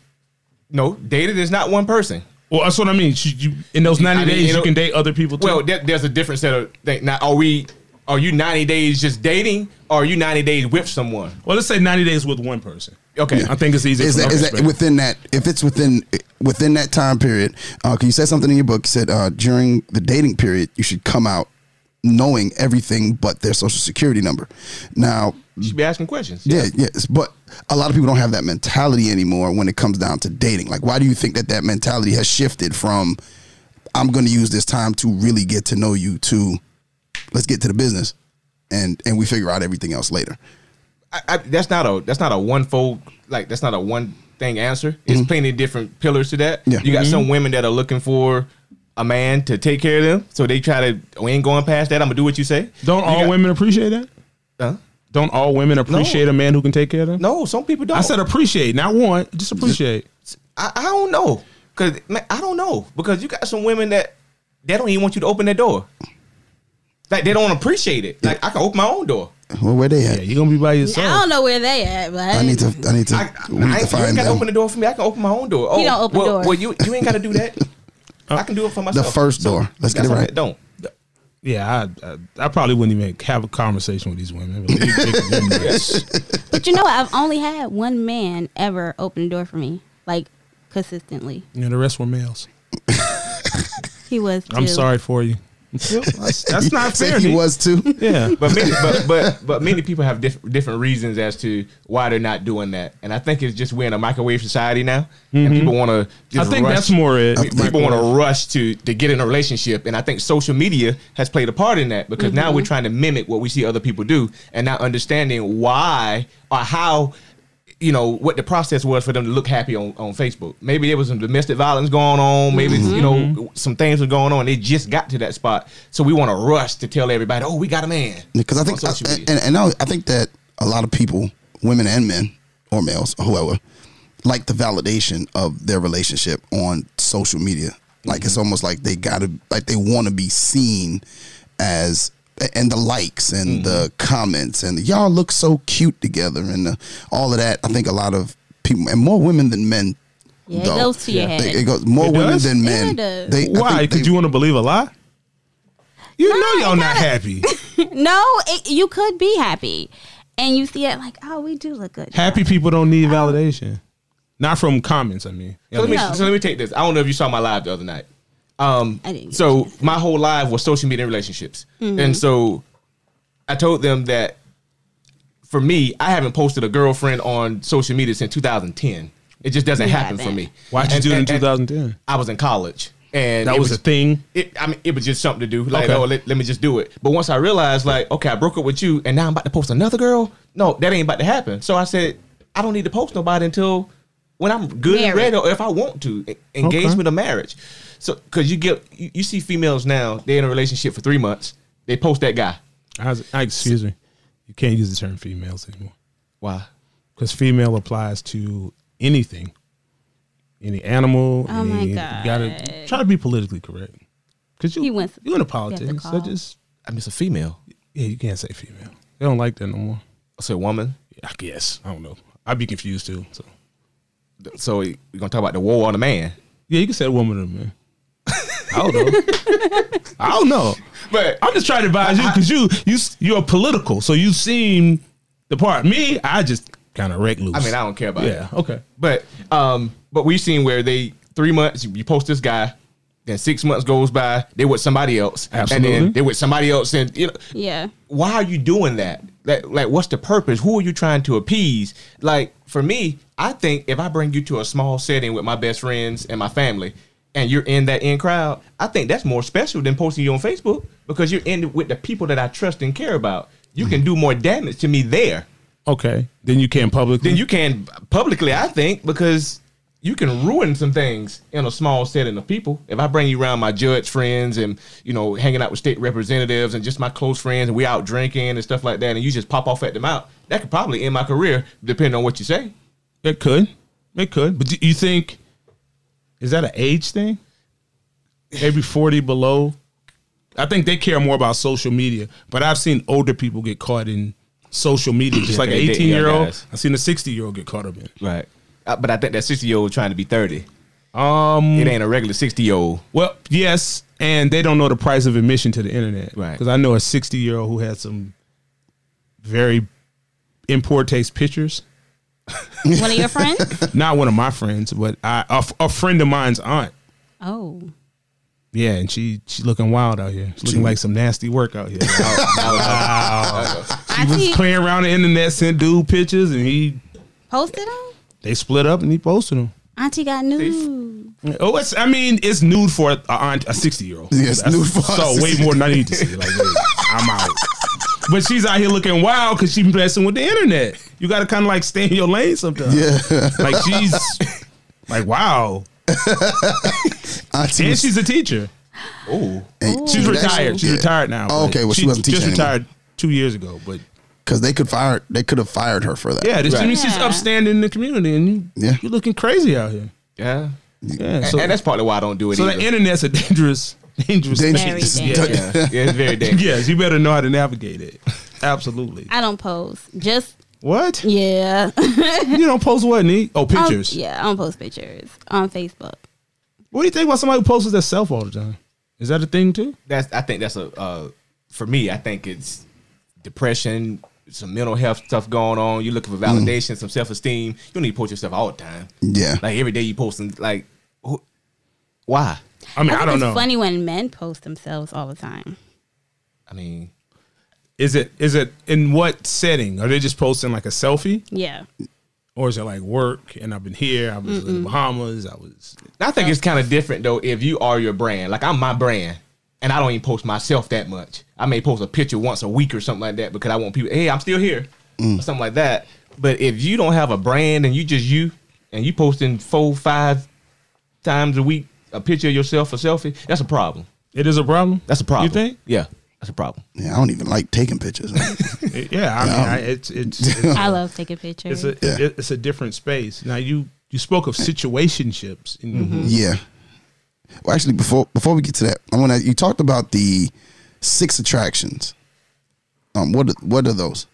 No, dated is not one person. Well, that's what I mean. Should you in those 90 I mean, days, you you know- can date other people too. Well, there, there's a different set of things. Now, are we? Are you 90 days just dating, or are you 90 days with someone? well, let's say 90 days with one person. Okay, I think it's easy. Is from that, my is that perspective. within that? If it's within within that time period, uh, 'cause you said something in your book. You said uh, during the dating period, you should come out knowing everything but their social security number. Now, you should be asking questions. Yeah, yes, but a lot of people don't have that mentality anymore when it comes down to dating. Like, why do you think that that mentality has shifted from "I'm going to use this time to really get to know you" to "Let's get to the business," and and we figure out everything else later. I, I, that's not a that's not a one fold like that's not a one thing answer. It's plenty of different pillars to that. Mm-hmm. Yeah. You got some Mm-hmm. women that are looking for a man to take care of them, so they try to we ain't going past that. I'm gonna do what you say. Don't You all got- women appreciate that? Huh? Don't all women appreciate a man who can take care of them? No, some people don't. I said appreciate, not want, just appreciate. I, I don't know because I don't know because you got some women that they don't even want you to open their door. Like they don't appreciate it. Like I can open my own door. Well, where they at? Yeah, you're gonna be by yourself. I don't know where they at, but I need to. I need to. I, we need I to ain't, you find ain't gotta them. open the door for me. I can open my own door. Oh, He don't open well, doors. Well, you you ain't gotta do that. Uh, I can do it for the myself. first door. Let's Got get it some right. that Don't. Yeah, I, I, I probably wouldn't even have a conversation with these women. But they- they can do that. But you know, what? I've only had one man ever open the door for me, like consistently. you know, the rest were males. He was. I'm too. sorry for you. That's not Say fair. He Nick. was too. Yeah. but many, but, but but many people have diff- different reasons as to why they're not doing that, and I think it's just we're in a microwave society now, and people want to. Mm-hmm. I think rush, that's more it. People want to rush to to get in a relationship, and I think social media has played a part in that because now we're trying to mimic what we see other people do, and not understanding why or how. You know what the process was for them to look happy on, on Facebook. Maybe there was some domestic violence going on. Maybe you know some things were going on. They just got to that spot, so we want to rush to tell everybody, "Oh, we got a man." because I think on social media. and, and I, I think that a lot of people, women and men or males, whoever, like the validation of their relationship on social media. Like Mm-hmm. it's almost like they gotta like they want to be seen as and the likes Mm-hmm. and the comments and the, y'all look so cute together and the, all of that. I think a lot of people and more women than men. Yeah, it though. goes to your They- head. It goes more It women does? than Yeah, men. it does. They, I Why? think Because they- you want to believe a lie? You No, know it y'all not kinda- happy. No, it, you could be happy, and you see it like, oh, we do look good. happy people don't need validation. Not from comments, I mean. So let me No. so let me take this. I don't know if you saw my live the other night. Um, I didn't get Mm-hmm. so my whole live was social media and relationships, and so I told them that for me, I haven't posted a girlfriend on social media since 2010. It just doesn't You happen for haven't. me. Why'd you And- do it in and- and 2010? I was in college, and That it was a thing? It, I mean, it was just something to do. Like, Okay. oh, let, let me just do it. But once I realized, like, okay, I broke up with you, and now I'm about to post another girl. No, that ain't about to happen. So I said, I don't need to post nobody until when I'm good and Married. ready, or if I want to E- engagement or marriage. So, because you get, you, you see females now, they're in a relationship for three months, they post that guy. I, I excuse me. You can't use the term females anymore. Why? Because female applies to anything. Any animal. Oh my any- God. You gotta try to be politically correct. Because you, He wants- you into have to politics. So call. just I miss a female. yeah, you can't say female. They don't like that no more. So woman. I guess. I don't know. I'd be confused too. So So we're gonna talk about the war on the man. Yeah, you can say a woman or a man. I don't know. I don't know. But I'm just trying to advise you because you you you're political, so you seem the part. Me, I just kind of wreck loose. I mean, I don't care about it. yeah, okay. But um, but we've seen where they three months you post this guy, then six months goes by, they with somebody else, and Absolutely. then they with somebody else, and you know, Yeah, why are you doing that? Like, like, what's the purpose? Who are you trying to appease? Like, for me, I think if I bring you to a small setting with my best friends and my family, and you're in that in crowd, I think that's more special than posting you on Facebook because you're in with the people that I trust and care about. You can do more damage to me there Okay, then you can't publicly. then you can publicly, I think, because you can ruin some things in a small setting of people. If I bring you around my judge friends and you know hanging out with state representatives and just my close friends and we out drinking and stuff like that, and you just pop off at them out, that could probably end my career depending on what you say. it could, it could. But do you think is that an age thing? Maybe forty below. I think they care more about social media, but I've seen older people get caught in social media, just like an they- they- eighteen year yeah, old. guys. I've seen a sixty year old get caught up in. it. Right. Uh, but I think that sixty year old trying to be thirty, Um, it ain't a regular sixty year old. Well, yes, and they don't know the price of admission to the internet, Right. Because I know a sixty-year-old who had some very in poor taste pictures. one of your friends. Not one of my friends, but I, a, f- a friend of mine's aunt. Oh, Yeah, and she she looking wild out here. She looking like some nasty work out here. I He was see. playing around the internet, sent dude pictures, and he Posted them. they split up and he posted them. Auntie got news. Oh, it's I mean it's nude for a aunt, a sixty year old. Yeah, it's nude for a so way 60 more than I need to see. Like wait, I'm out. But she's out here looking wild because she's messing with the internet. You got to kind of like stay in your lane sometimes. yeah, Like she's like wow, Auntie and was- she's a teacher. Oh, and- She's yeah, retired. She's yeah. retired now. Oh, but okay, well, she wasn't just teaching anymore. retired two years ago. But because they could fire. They could have fired her for that. yeah, this Right. I mean, she's Yeah. upstanding in the community, and you Yeah. you're looking crazy out here. yeah. Yeah, And- so, and that's partly why I don't do it. so the either. internet's a dangerous, dangerous, Dangerous. Very It's- dangerous. yeah. yeah, it's very dangerous. Yes, you better know how to navigate it. Absolutely. I don't post. Just What? yeah. You don't post what, Nee? Oh, Um, pictures. yeah, I don't post pictures on Facebook. What do you think about somebody who posts their self all the time? Is that a thing too? that's I think that's a uh, for me. I think it's depression, some mental health stuff going on. You're looking for validation, some self esteem. You don't need to post yourself all the time. Yeah. Like every day you posting like, who, why? I mean, I, think don't it's know. Funny when men post themselves all the time. I mean, Is it is it in what setting? Are they just posting like a selfie, Yeah, or is it like work? And I've been here. I was in the Bahamas. I was. I think it's kind of different though if you are your brand. Like I'm my brand, and I don't even post myself that much. I may post a picture once a week or something like that because I want people, hey, I'm still here, or something like that. But if you don't have a brand and you just you and you posting four five times a week a picture of yourself a selfie, that's a problem. It is a problem. That's a problem. You think? Yeah, that's a problem. Yeah, I don't even like taking pictures. Yeah. I mean, I, it's it's it's, I love taking pictures. it's a Yeah. Oh. it- it's a different space. Now you you spoke of situationships. And Mm-hmm. yeah. Well, actually, before before we get to that, I want to. You talked about the six attractions. Um, what what are those?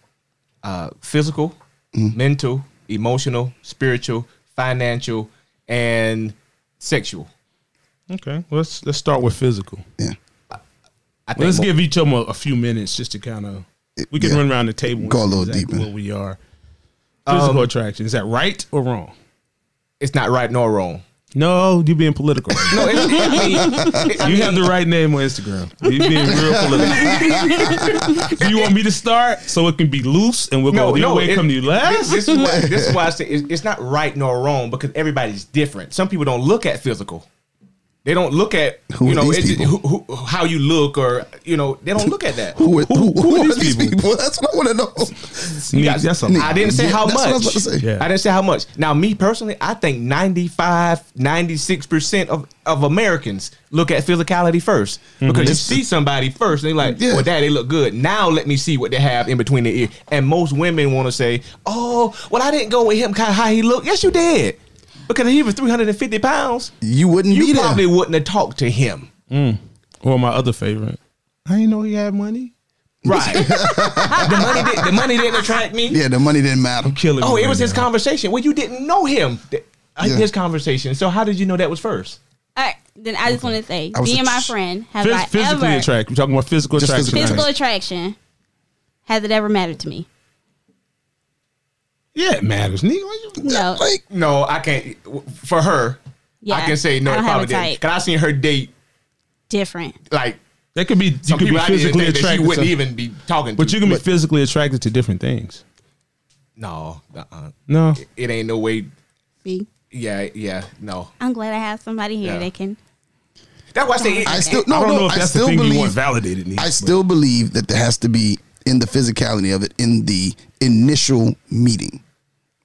Uh, physical, mental, emotional, spiritual, financial, and sexual. Okay. Let's let's start with physical. Yeah. I think Let's mo- give each of them a, a few minutes just to kind of we can yeah. run around the table. and Go a see little deeper. Where we are. Physical attraction is that right or wrong? it's not right nor wrong. No, you being political. No, it's, I mean, You have the right name on Instagram. You being real political. Do you want me to start so it can be loose and we'll go your way, it- come to you This, last? this is why, this is why I say it's, it's not right nor wrong because everybody's different. Some people don't look at physical. They don't look at Who you are know these it, just- who, people? who, how you look or you know they don't look at that. Who, are- who, who, who are these people? That's what I want to know. Nick, guys- that's a I didn't say Yeah, how that's what I much. was about to say. Yeah. I didn't say how much. Now, me personally, I think 95, 96% of, of Americans look at physicality 1st because you see somebody first and they're like, Yeah. well, that they look good. Now let me see what they have in between the ear. And most women want to say, oh, well, I didn't go with him kind of how he looked. Yes, you did. Because if he was 350 pounds, You wouldn't you be there. probably wouldn't have talked to him. Or my other favorite. I didn't know he had money. Right. the, money did, the money didn't attract me. yeah, the money didn't matter. Killing. Oh, me it was right his now. conversation. Well, you didn't know him. Th- uh, Yeah. His conversation. So how did you know that was first? All right, then I just want to say, I was being a- my friend, have Phys- I physically ever attractive. We're talking about physical Just attraction. physical physical attraction? Has it ever mattered to me? Yeah, it matters. Nigga, why you- No. Like, No, I can't. For her, Yeah, I can say no. I it don't have probably a didn't. type. Cause I seen her date different. like that could be you some could be people I didn't physically think that she attracted. wouldn't to- even be talking. but to. you can be physically attracted to different things. no, uh-uh. No. It, it ain't no way. See, Yeah, yeah, no. I'm glad I have somebody here Yeah. that can. That's why I say. It, I still no, I don't no, know if I that's the still thing you want believe validated. Nigga, I but- still believe that there has to be in the physicality of it in the initial meeting.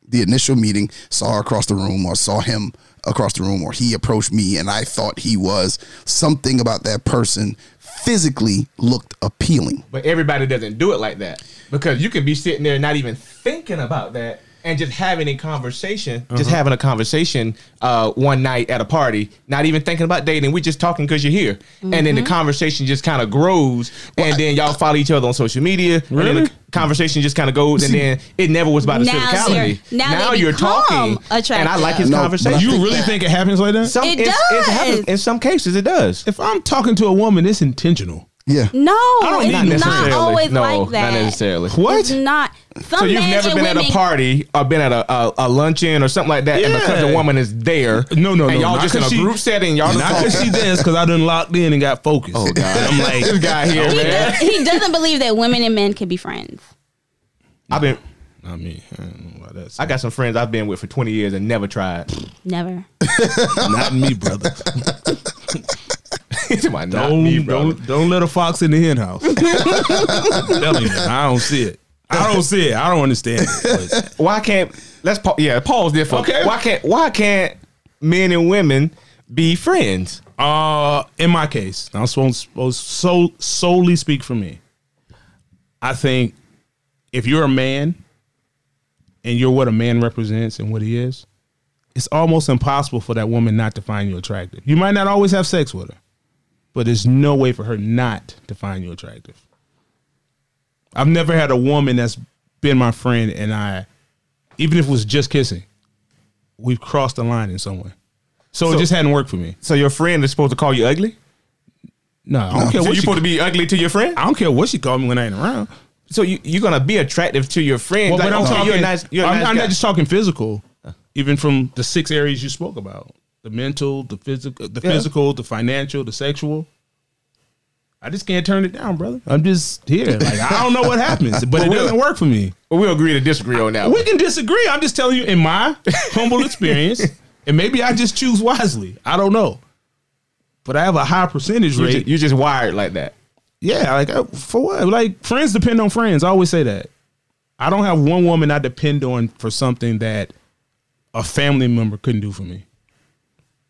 The initial meeting saw her across the room or saw him across the room or he approached me and I thought he was something about that person physically looked appealing. but everybody doesn't do it like that because you can be sitting there not even thinking about that and just having a conversation just having a conversation uh, one night at a party not even thinking about dating we're just talking because you're here and Mm-hmm. then the conversation just kind of grows and then y'all follow each other on social media and then Really? the conversation just kind of goes and then it never was about the Now physicality they're- now they you're become talking and i like his attractive. No, but I conversation You think really that- think it happens like that? some, It it's, It's happened. does. in some cases it does if I'm talking to a woman, it's intentional. Yeah. No, don't need it's not necessarily. always no, like that. not necessarily What? It's not. Some So you've men never and been women, at a party or been at a, a, a luncheon or something like that, and because the Yeah. woman is there, No, no, and no, y'all not just in a 'cause she- group setting, y'all Not just because she danced, because I done locked in and got focused. Oh God. I'm like, this guy here, He, man. does, he doesn't believe that women and men can be friends. I've been, I mean, I don't know about that. I got some friends I've been with for twenty years and never tried. Never. not me, brother. Somebody, not Don't, me, brother. don't, don't let a fox in the hen house. I'm telling you, I don't see it. I don't see it. I don't understand it. But Why can't let's pa- yeah pause there for Okay. Why can't why can't men and women be friends? Uh, in my case, I'm supposed supposed- so solely speak for me. I think if you're a man and you're what a man represents and what he is, it's almost impossible for that woman not to find you attractive. You might not always have sex with her, but there's no way for her not to find you attractive. I've never had a woman that's been my friend and I, even if it was just kissing, we've crossed the line in some way. so So- it just hadn't worked for me. So your friend is supposed to call you ugly. No, I don't care So what you she. supposed to be ugly to your friend? I don't care what she called me when I ain't around. So you you're gonna be attractive to your friend. oh, Well, but I'm okay, talking. you're a nice. You're a I'm, nice I'm guy. not just talking physical. Even from the six areas you spoke about, the mental, the physical, the Yeah. physical, the financial, the sexual. I just can't turn it down, brother. I'm just here. Like I don't know what happens, but it doesn't work for me. But we'll agree to disagree on that. We can disagree. I'm just telling you in my humble experience, and maybe I just choose wisely. I don't know, but I have a high percentage you rate. just, wired like that. Yeah, like I, for what? Like friends depend on friends. I always say that. I don't have one woman I depend on for something that a family member couldn't do for me.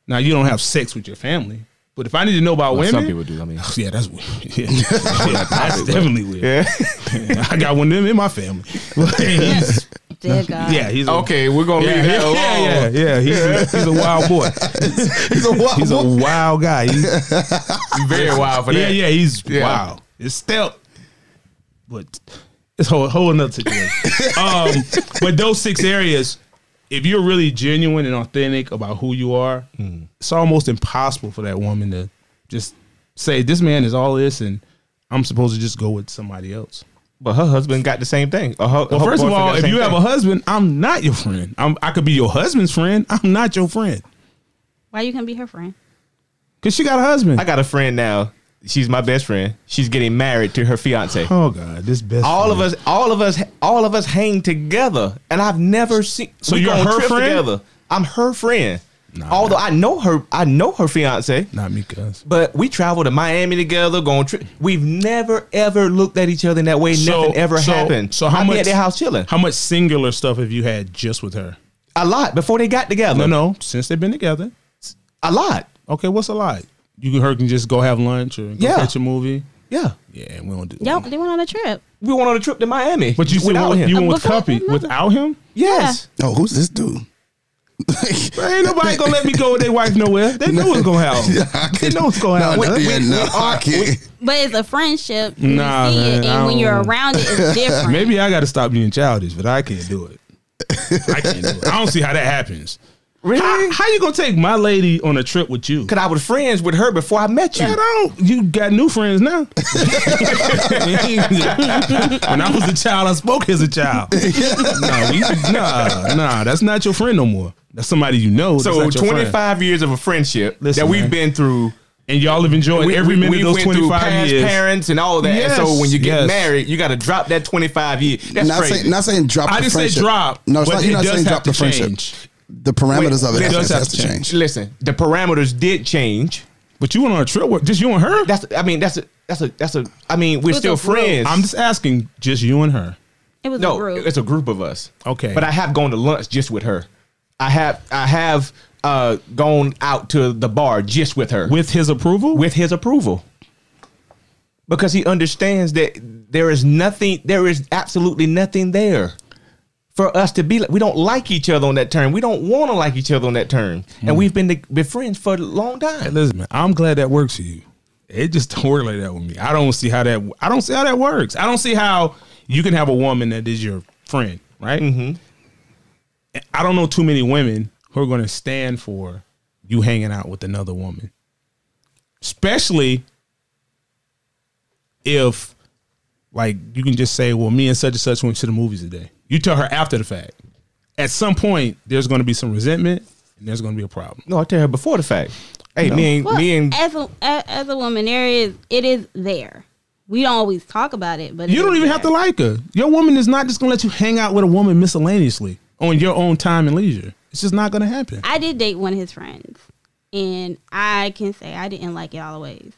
Now you don't have sex with your family, but if I need to know about women, Some people do. I mean, yeah, that's weird. Yeah, Yeah, that's definitely weird. Yeah, I got one of them in my family. He's- Dear God. yeah, he's a- okay, we're gonna Yeah, leave yeah, that alone. yeah, yeah, yeah. He's, A, he's a wild boy. He's a wild He's a boy. wild guy. He's- Very wild for yeah, that. yeah, he's Yeah. wow. It's still, but it's whole whole another situation. um, but those six areas, if you're really genuine and authentic about who you are, Mm. it's almost impossible for that woman to just say this man is all this, and I'm supposed to just go with somebody else. But her husband got the same thing. Or her- Well, her first of boyfriend got all, the if same you have thing. a husband, I'm not your friend. I'm, I could be your husband's friend. I'm not your friend Why you can't be her friend? because she got a husband. I got a friend now. She's my best friend. She's getting married to her fiance. oh God, this best. All of friend. us, all of us, all of us hang together, and I've never seen. So we you're go on her trips friend? I'm her friend. Nah, Although I know her, I know her fiance. Not me, cuz. But we travel to Miami together, go on trip. We've never ever looked at each other in that way. Nothing ever happened. So how I much be at their house chilling How much singular stuff have you had just with her? a lot before they got together. No, no. Since they've been together, a lot. okay. What's a lot? You and her can just go have lunch or go Yeah. catch a movie. Yeah, Yeah, we don't do. Y'all, they went on a trip. we went on a trip to Miami. But you still without went, him. you went with Before- Cuppy without him. yes. Oh, who's this dude? Ain't nobody gonna let me go with their wife nowhere. They know what's gonna happen. I They couldn't- know what's gonna No, happen. no, yeah, no, I are- can't. But it's a friendship. You Nah, see man, it, I and when don't- you're around it, it's different. Maybe I got to stop being childish, but I can't do it. I can't do it. I don't see how that happens. How, Really? how you gonna take my lady on a trip with you? Because I was friends with her before I met you. I don't. You got new friends now. when I was a child, I spoke as a child. nah, we, nah, nah, that's not your friend no more. That's somebody you know. that's So not your friend. 25 years of a friendship Listen, that we've man. been through. and y'all have enjoyed We- every we- minute we of those went through twenty five past years. parents and all that. Yes, and so when you get yes. married, you got to drop that 25 years. That's not crazy. saying not saying drop. I the didn't friendship. say drop. No, it's but not. it You're not does saying have drop to the friendship. change. The parameters of it, Wait, it has, does has have to to change. Listen, the parameters did change. But you went on a trip with just you and her. That's I mean that's a that's a that's a I mean we're With still a group. friends. I'm just asking, just you and her. it was a no, group. it's a group of us. Okay. but I have gone to lunch just with her. I have I have uh gone out to the bar just with her with his approval. with his approval because he understands that there is nothing there is absolutely nothing there for us to be like we don't like each other on that term we don't want to like each other on that term Hmm. and we've been, been friends for a long time Listen, man, I'm glad that works for you. It just don't work like that with me. I don't see how that. I don't see how that works. I don't see how you can have a woman that is your friend, right? Mm-hmm. I don't know too many women who are going to stand for you hanging out with another woman, especially if, like, you can just say, "Well, me and such and such went to the movies today." You tell her after the fact. At some point, there's going to be some resentment, and there's going to be a problem. no i tell her before the fact hey me and Well, me and as a a- as a woman, there is it is there. We don't always talk about it, but it You don't is even have to there. like her. Your woman is not just gonna let you hang out with a woman miscellaneously on your own time and leisure. It's just not gonna happen. I did date one of his friends, and I can say I didn't like it all the ways.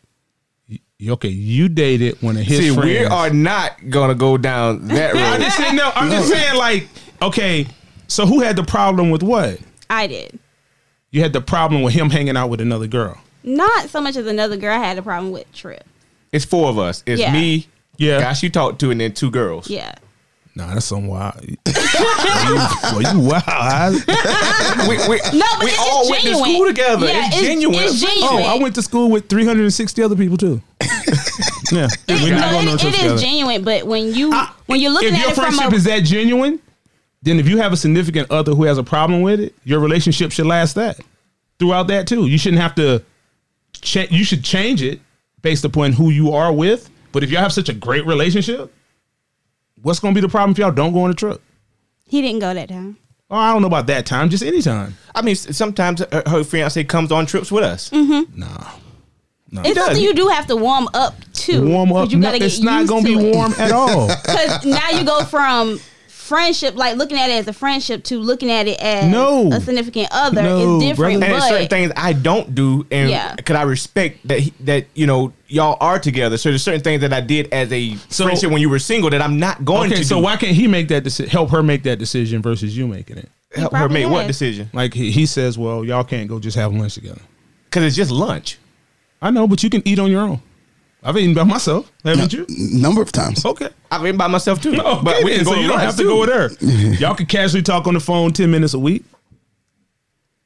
You- Okay, you dated one of his see friends. we are not gonna go down that I road just said no. I'm just saying like, okay, so who had the problem with what? I did You had the problem with him hanging out with another girl. not so much as another girl. I had a problem with Trip. it's four of us it's Yeah. me Yeah. guys you talked to and then two girls Yeah, Nah, that's some wild. Boy, you, boy, you wild. I- we, we, no, but we it's all went genuine. to school together Yeah, it's, genuine It's genuine. Oh, I went to school with 360 other people too. Yeah, It, We're not no, going it- on trips it together. is genuine, but when you when you're looking if at your it from friendship a is that genuine, then if you have a significant other who has a problem with it, your relationship should last that throughout that too. You shouldn't have to. Cha- you should change it based upon who you are with. But if y'all have such a great relationship, what's going to be the problem if y'all don't go on a trip? he didn't go that time. Oh, I don't know about that time. Just anytime. I mean, s- sometimes her, her fiance comes on trips with Mm-hmm. us. Nah. It's something you do have to warm up to. Warm 'cause up. You No, gotta get it's not used gonna to be it. warm at all. Because now you go from friendship, like looking at it as a friendship, to looking at it as No. a significant other. No, it's different, And there's certain but things I don't do, and Yeah. could I respect that he, that you know y'all are together? So there's certain things that I did as a So- friendship when you were single that I'm not going okay, to so do. why can't he make that decision? Help her make that decision versus you making it. help her probably make has. what decision? Like he, he says, well, y'all can't go just have lunch together. Because it's just lunch. I know, but you can eat on your own. I've eaten by myself, haven't you? Number of times. Okay. I've been by myself too, Okay, but we then, can go so you don't lunch have to too. go with her. Y'all can casually talk on the phone ten minutes a week,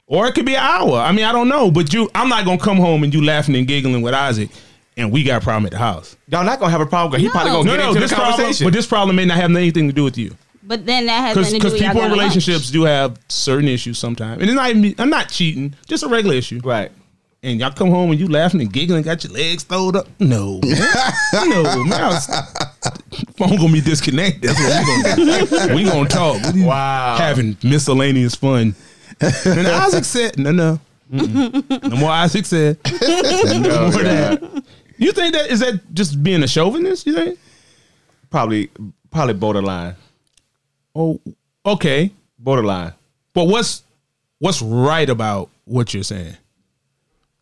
or it could be an hour. I mean, I don't know, but you, I'm not gonna come home and you laughing and giggling with Isaac, and we got a problem at the house. Y'all not gonna have a problem. 'cause He probably gonna No, get no, into this the problem, conversation. but this problem may not have anything to do with you, but then that has because nothing to because do with y'all people in going to lunch. relationships do have certain issues sometimes, and it's not even, me- I'm not cheating, just a regular issue. right. And y'all come home and you laughing and giggling, got your legs throwed up. No, no, man, I was- phone gonna be disconnected. That's what we gonna do. We gonna talk. We Wow. having miscellaneous fun. And Isaac said, "No, no, Mm-hmm. Mm-mm. no more." Isaac said, Oh, More God. "You think that is that just being a chauvinist? You think? probably, probably borderline, Oh, okay. borderline. But what's what's right about what you're saying?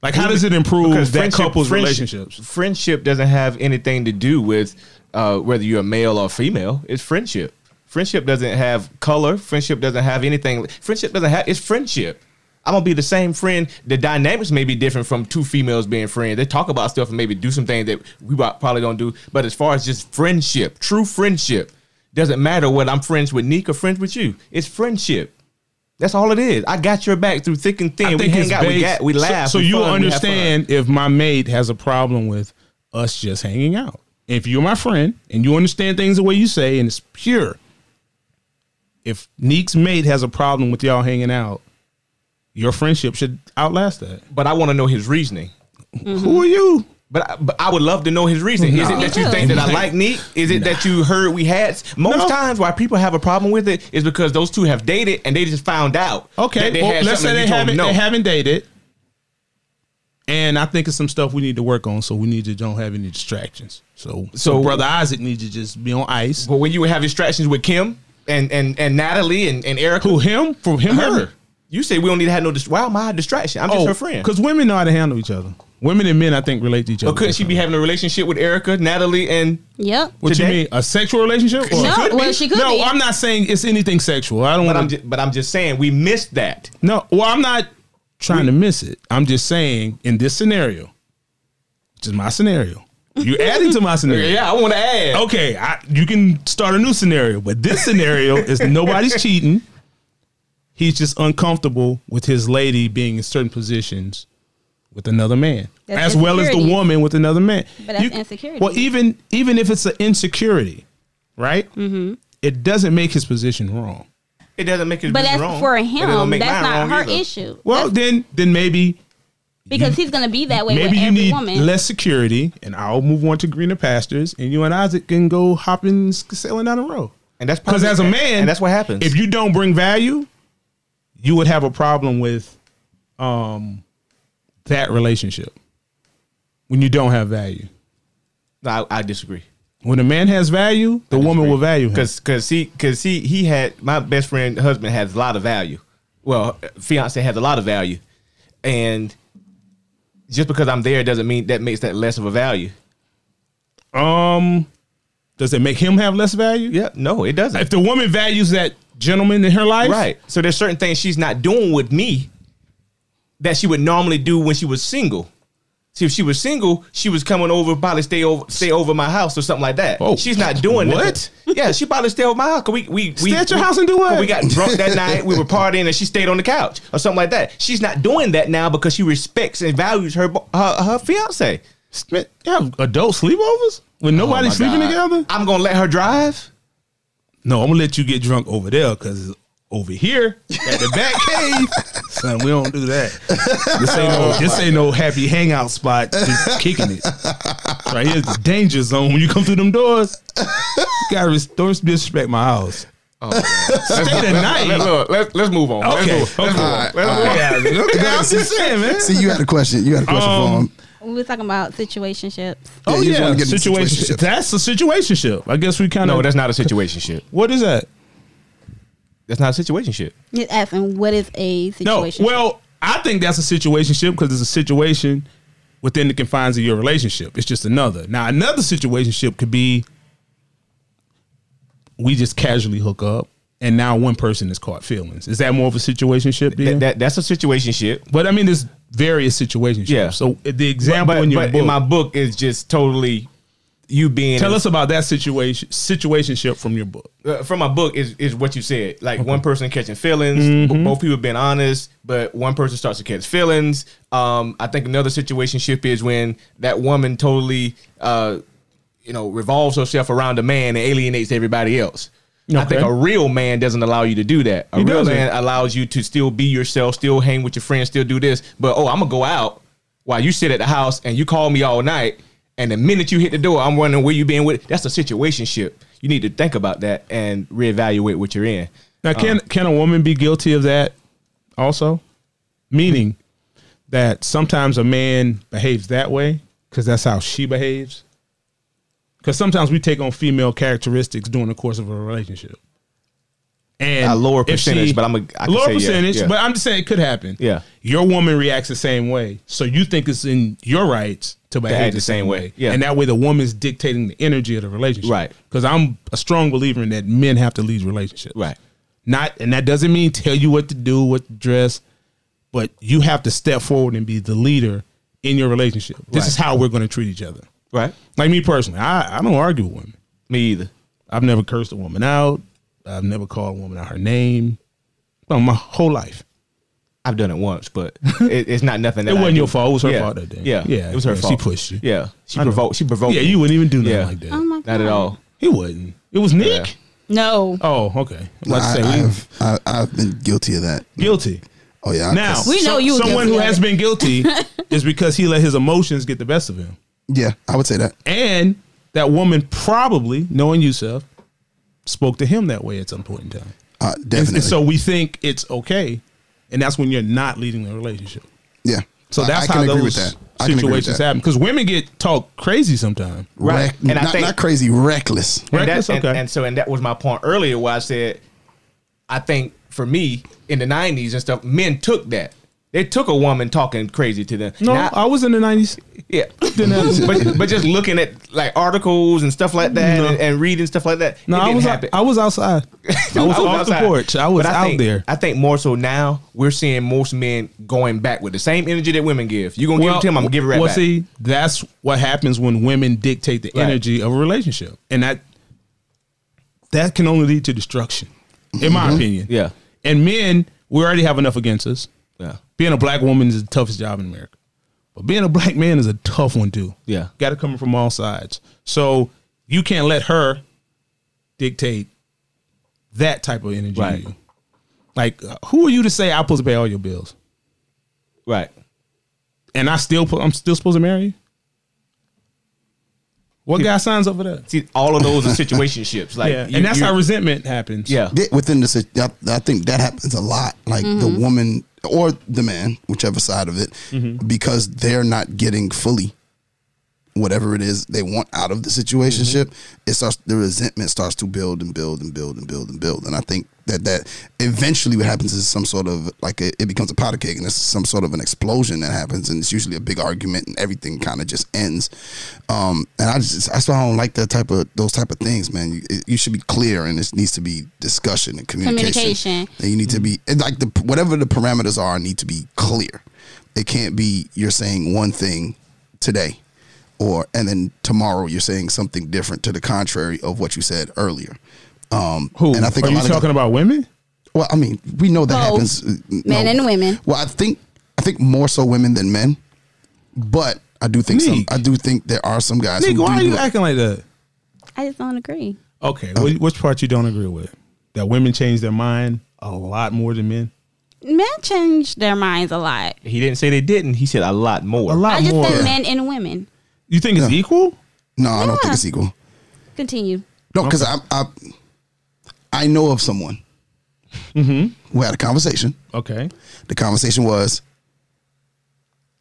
Like, how does it improve Because that friendship- couple's friendship- relationships? Friendship doesn't have anything to do with uh, whether you're a male or female. It's friendship. Friendship doesn't have color. Friendship doesn't have anything. Friendship doesn't have. It's friendship. I'm gonna be the same friend. The dynamics may be different from two females being friends. They talk about stuff and maybe do some things that we about- probably don't do. But as far as just friendship, true friendship, doesn't matter whether I'm friends with Nick or friends with you. It's friendship. That's all it is. I got your back through thick and thin. we hang it's out, we, based- got, we so- laugh. So, we you fun, we have fun. understand if my mate has a problem with us just hanging out. If you're my friend and you understand things the way you say and it's pure, if Neek's mate has a problem with y'all hanging out, your friendship should outlast that. but I want to know his reasoning. Mm-hmm. Who are you? But I, but I would love to know his reason. Is it that you Me think too. that I like Neek? Is it that you heard we had? Most No. times, why people have a problem with it is because those two have dated and they just found out. Okay, that they well, had let's say something they and you told haven't them they no. haven't dated, and I think it's some stuff we need to work on. So we need to don't have any distractions. So so, So- brother Isaac needs to just be on ice. But when you would have distractions with Kim and and and Natalie and and Erica, Who him? For him, her. Oh, you say we don't need to have no. Dist- why am I a distraction? I'm just her friend. Because women know how to handle each other. Women and men, I think, relate to each other. But couldn't she be having a relationship with Erica, Natalie, and Yep. What you today? mean? A sexual relationship? No, could be. well, she could no, be. I'm not saying it's anything sexual. I don't But I'm want to. just, but I'm just saying we missed that. No, well, I'm not trying to miss it. I'm just saying in this scenario, which is my scenario, you're adding to my scenario. Yeah, I want to add. Okay, I, you can start a new scenario, but this scenario is nobody's cheating. He's just uncomfortable with his lady being in certain positions with another man, That's as well as the insecurity. woman with another man. But that's insecurity. Well, even even if it's an insecurity, right? Mm-hmm. It doesn't make his position wrong. It doesn't make it But that's wrong. for It don't him. make That's mine not wrong her either. issue. Well, That's- then then maybe because he's going to be that way maybe with you every need woman. less security, and I'll move on to greener pastures, and you and Isaac can go hopping sailing down the road. And that's Because probably- as a man, and that's what happens. If you don't bring value, you would have a problem with um that relationship when you don't have value. No, I, I disagree. When a man has value, the woman will value him. Cause, cause he, cause he, he had my best friend husband has a lot of value. Well, fiance has a lot of value, and just because I'm there doesn't mean that makes that less of a value. um, does it make him have less value? Yeah, no, it doesn't. If the woman values that gentleman in her life, right. So there's certain things she's not doing with me that she would normally do when she was single. See, if she was single, she was coming over, probably stay over, stay over my house or something like that. Oh. she's not doing What? That. Yeah, she probably stay over my house. 'cause we we we Stay at your we- house and do what? 'cause We got drunk that night. We were partying, and she stayed on the couch or something like that. She's not doing that now because she respects and values her bo- her, her fiance. Spent, have adult sleepovers with nobody Oh my sleeping God. together. I'm gonna let her drive. No, I'm gonna let you get drunk over there because over here at the back cave, son, we don't do that. This ain't Oh no, this ain't no happy hangout spot. Just kicking it. Right here's the danger zone when you come through them doors. You gotta res- don't disrespect my house. Oh, Stay the Let, night. look, let's, let's move on. Let's Okay. move on. Let's move on. right, Let's move on. Okay, I'm just saying, man. See, you had a question. You had a question for Um, him. We were talking about situationships. Oh you just yeah, wanna get into situation. situationship. That's a situationship. I guess we kind No, of. that's not a situation shit. what is that? That's not a situation shit. Just asking, what is No, a situation? well, I think that's a situationship because it's a situation within the confines of your relationship. It's just another. Now, another situationship could be we just casually hook up, and now one person is caught feelings. Is that more of a situationship? That, That, that, that's a situation shit. but I mean, there's various situationships. Yeah. So the example but, in your but book, in my book is just totally you being tell us about that situation situationship from your book. uh, from my book is is what you said. Like one person catching feelings, Mm-hmm. b- both people being honest, but one person starts to catch feelings. Um, I think another situation ship is when that woman totally, uh, you know, revolves herself around a man and alienates everybody else. I think Okay. a real man doesn't allow you to do that. A He real doesn't. man allows you to still be yourself, still hang with your friends, still do this. But oh, I'm gonna go out while you sit at the house and you call me all night. And the minute you hit the door, I'm wondering where you been with. That's a situation ship. You need to think about that and reevaluate what you're in. Now, Um, can can a woman be guilty of that also? Meaning that sometimes a man behaves that way because that's how she behaves. Because sometimes we take on female characteristics during the course of a relationship. And A lower if percentage, but I'm a- I can lower say yeah, percentage, yeah. but I'm just saying it could happen. Yeah. your woman reacts the same way, so you think it's in your rights to behave act the same way. Yeah. and that way the woman's dictating the energy of the relationship. Right. Because I'm a strong believer in that men have to lead relationships. Right. Not and that doesn't mean tell you what to do, what to dress, but you have to step forward and be the leader in your relationship. This is how we're going to treat each other. Right. Like me personally, I, I don't argue with women. Me either. I've never cursed a woman out. I've never called a woman out her name. Well, my whole life. I've done it once, but it, it's not nothing. That It I wasn't do. your fault. It was her yeah. fault that day. Yeah. Yeah. It was her Yeah, she fault. pushed you. Yeah. She I know. provoked. She provoked. Yeah, me. you wouldn't even do nothing Yeah. like that. oh my Not God. at all. He wasn't. It was Nick. Yeah. No. Oh, okay. I'm I, about to say, we- have I, I've been guilty of that. guilty. Oh yeah. I- Now, We know you were someone guilty who of has it. been guilty is because he let his emotions get the best of him. yeah, I would say that. And that woman probably, knowing Yusuf, spoke to him that way at some point in time. Uh, And- definitely. And so we think it's okay. And that's when you're not leading the relationship. yeah. So I- that's I how can those agree with that. I can agree with situations that. happen. Because women get talked crazy sometimes. Right. Rec- And I not, think- not crazy, reckless. And, that, Reckless? and, Okay. and so, and that was my point earlier where I said, I think for me in the 90s and stuff, men took that. They took a woman talking crazy to them. No, Now- I was in the 90s. yeah. happen. but, but just looking at like articles and stuff like that and, and reading stuff like that. No, it I didn't was happen. I was outside. I was off the outside. porch. I was But out think, there. I think more so now we're seeing most men going back with the same energy that women give. You gonna give it to him, I'm gonna give it right well, back. see, that's what happens when women dictate the Right. energy of a relationship, and that that can only lead to destruction, in my opinion. Mm-hmm. Yeah. And men, we already have enough against us. Yeah. Being a black woman is the toughest job in America, but being a black man is a tough one too. Yeah. Got to come from all sides, so you can't let her dictate that type of energy. to Right. you. Like, uh, who are you to say I'm supposed to pay all your bills? Right. and I still put, I'm still supposed to marry you? What guy signs up for that? See, all of those are situationships. Like yeah, you- and that's you- how resentment happens. Yeah. Yeah, within the, sit- I, I think that happens a lot. Like the woman or the man, whichever side of it, Mm-hmm. because they're not getting fully whatever it is they want out of the situationship. It starts the resentment starts to build and build and build and build and build. And I think that that eventually what happens is some sort of like a, it becomes a powder cake and it's some sort of an explosion that happens and it's usually a big argument and everything kind of just ends. Um, and I just that's why I don't like that type of those type of things, man. You, it, you should be clear and it needs to be discussion and communication. Communication. And you need to Mm. be and like the whatever the parameters are need to be clear. It can't be you're saying one thing today or and then tomorrow you're saying something different to the contrary of what you said earlier. Um, Who? And I think are a you lot of talking the- about women? well, I mean, we know that Both. happens. uh, n- Men no. and women. Well, I think I think more so women than men, but I do think some. Neek. I do think there are some guys. Nick, who why do are you do it. Uh, acting like that? I just don't agree. Okay, wh- which part you don't agree with? That women change their mind a lot more than men. Men change their minds a lot. he didn't say they didn't. He said a lot more. A lot I just more. said men and women. You think it's equal? No, I don't think Yeah. it's equal. Continue. No, because I, I I know of someone Mm-hmm. who had a conversation. Okay. The conversation was,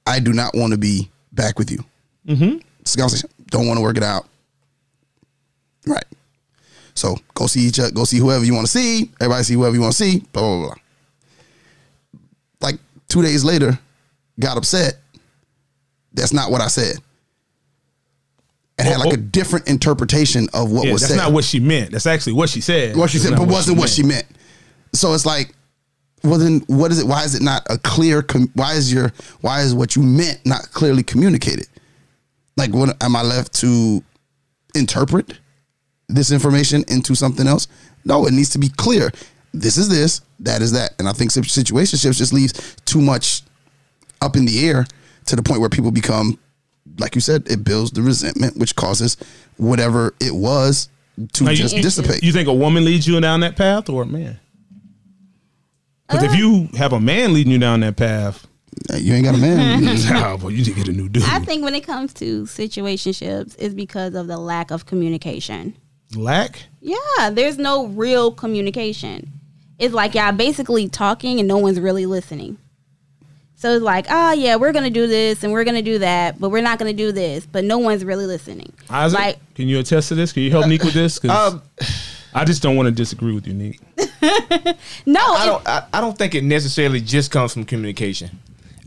I do not want to be back with you. Mm-hmm. It's a conversation. Don't want to work it out. Right. So go see each other, go see whoever you want to see. Everybody see whoever you want to see. Blah, blah, blah, blah. Like two days later, got upset. That's not what I said. And had like Oh, oh. a different interpretation of what Yeah, was that's said not what she meant. That's actually what she said. what she That's said, not but wasn't what she meant. So it's like, well, then what is it? Why is it not a clear? Com- why is your why is what you meant not clearly communicated? Like, what am I left to interpret this information into something else? No, it needs to be clear. This is this, that is that, and I think situationships just leaves too much up in the air to the point where people become, like you said, it builds the resentment, which causes whatever it was to Now you- just you- dissipate. You think a woman leads you down that path or a man? Because Uh, if you have a man leading you down that path, Hey, You ain't got a man. oh, boy, you need to get a new dude. I think when it comes to situationships, it's because of the lack of communication. Lack? Yeah, there's no real communication. It's like y'all basically talking and no one's really listening. So it's like, oh yeah, we're gonna do this and we're gonna do that, but we're not gonna do this, but no one's really listening. Isaac, Like can you attest to this? Can you help Neek with this? 'Cause Um, I just don't want to disagree with you, Neek. no, I it- don't. I, I don't think it necessarily just comes from communication.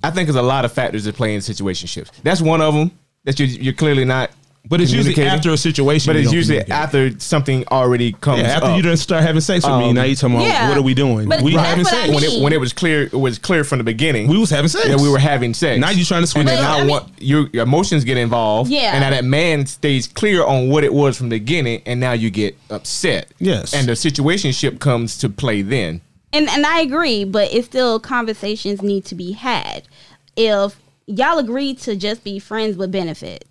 I think there's a lot of factors that play in situationships. That's one of them that you're, you're clearly not. But it's usually communicating. after a situation. But you it's don't usually communicate. after something already comes. Yeah, after up. you done start having sex with me, Um, now you talking about yeah. what are we doing? But we that's having what I sex. mean. when it when it was clear it was clear from the beginning We was having sex. that we were having sex. Now you trying to switch and it then up. now I mean- what your your emotions get involved. Yeah. And now that man stays clear on what it was from the beginning, and now you get upset. Yes. And the situationship comes to play then. and and I agree, but it's still conversations need to be had. If y'all agree to just be friends with benefits,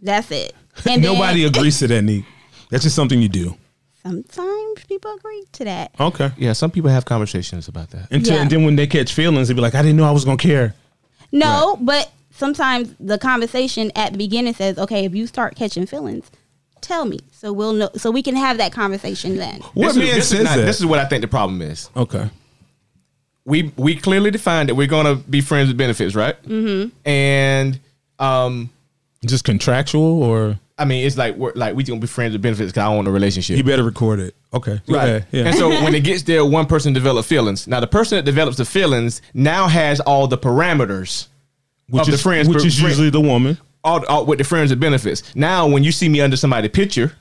that's it. And then- Nobody agrees to that, Neek. That's just something you do. Sometimes people agree to that. Okay. Yeah. Some people have conversations about that. Until, Yeah. And then when they catch feelings, they be like, I didn't know I was going to care. No, but sometimes the conversation at the beginning says, "Okay, if you start catching feelings, tell me, so we'll know, so we can have that conversation then." What this man is, this says is not- that? This is what I think the problem is. okay. we we clearly defined that we're gonna be friends with benefits, right? Mm-hmm. And um, Just contractual or? I mean, it's like we're like we gonna be friends with benefits because I want a relationship, You better record it. Okay. Go ahead. Yeah. And so when it gets there, one person develops feelings. Now the person that develops the feelings now has all the parameters. which of the is, friends which per- is usually the woman. all, all with the friends and benefits. Now, when you see me under somebody's picture,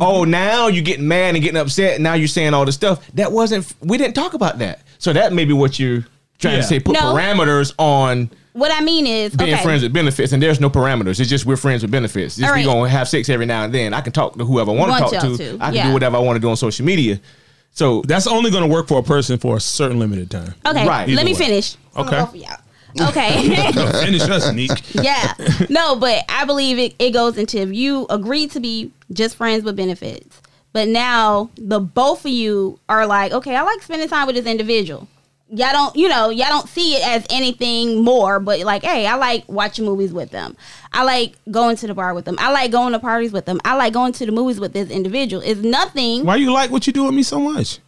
oh, now you're getting mad and getting upset. Now you're saying all this stuff that wasn't. We didn't talk about that. So that may be what you're trying Yeah. to say. Put No. parameters on What I mean is, being okay, friends with benefits, and there's no parameters. It's just we're friends with benefits. Just All right. we gonna have sex every now and then. I can talk to whoever I want to Want talk y'all to. to, I can yeah. do whatever I want to do on social media. So That's only going to work for a person for a certain limited time. okay, right, let either me way. finish. I'm Okay. gonna go for y'all. Okay, Finish us, Neek. yeah, no, but I believe it. It goes into if you agree to be just friends with benefits, but now the both of you are like, okay, I like spending time with this individual. Y'all don't, you know, y'all don't see it as anything more, but like, hey, I like watching movies with them. I like going to the bar with them. I like going to parties with them. I like going to the movies with this individual. It's nothing. Why you like what you do with me so much?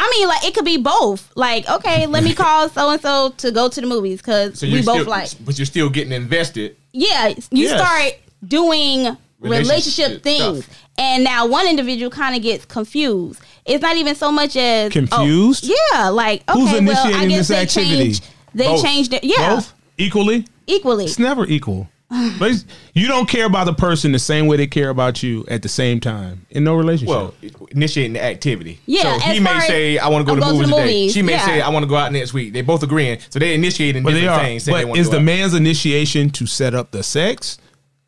I mean, like, it could be both. Like, okay, let me call so and so to go to the movies because so we you're both still, like but you're still getting invested. yeah, you Yes. start doing relationship, Relationship things. stuff. And now one individual kind of gets confused. It's not even so much as Confused? Oh, yeah, like okay, Who's well, I initiating guess this they activity? change. They Both. change their yeah Both equally. equally. It's never equal. But it's- you don't care about the person the same way they care about you at the same time in no relationship. Well, initiating the activity. Yeah, So he as may far as- say, "I want to go I'll to go the to movies the today." movies, She may yeah. say, "I want to go out next week." They both agreeing, so they initiating but different they are. things. saying they But wanna is go the out. man's initiation to set up the sex?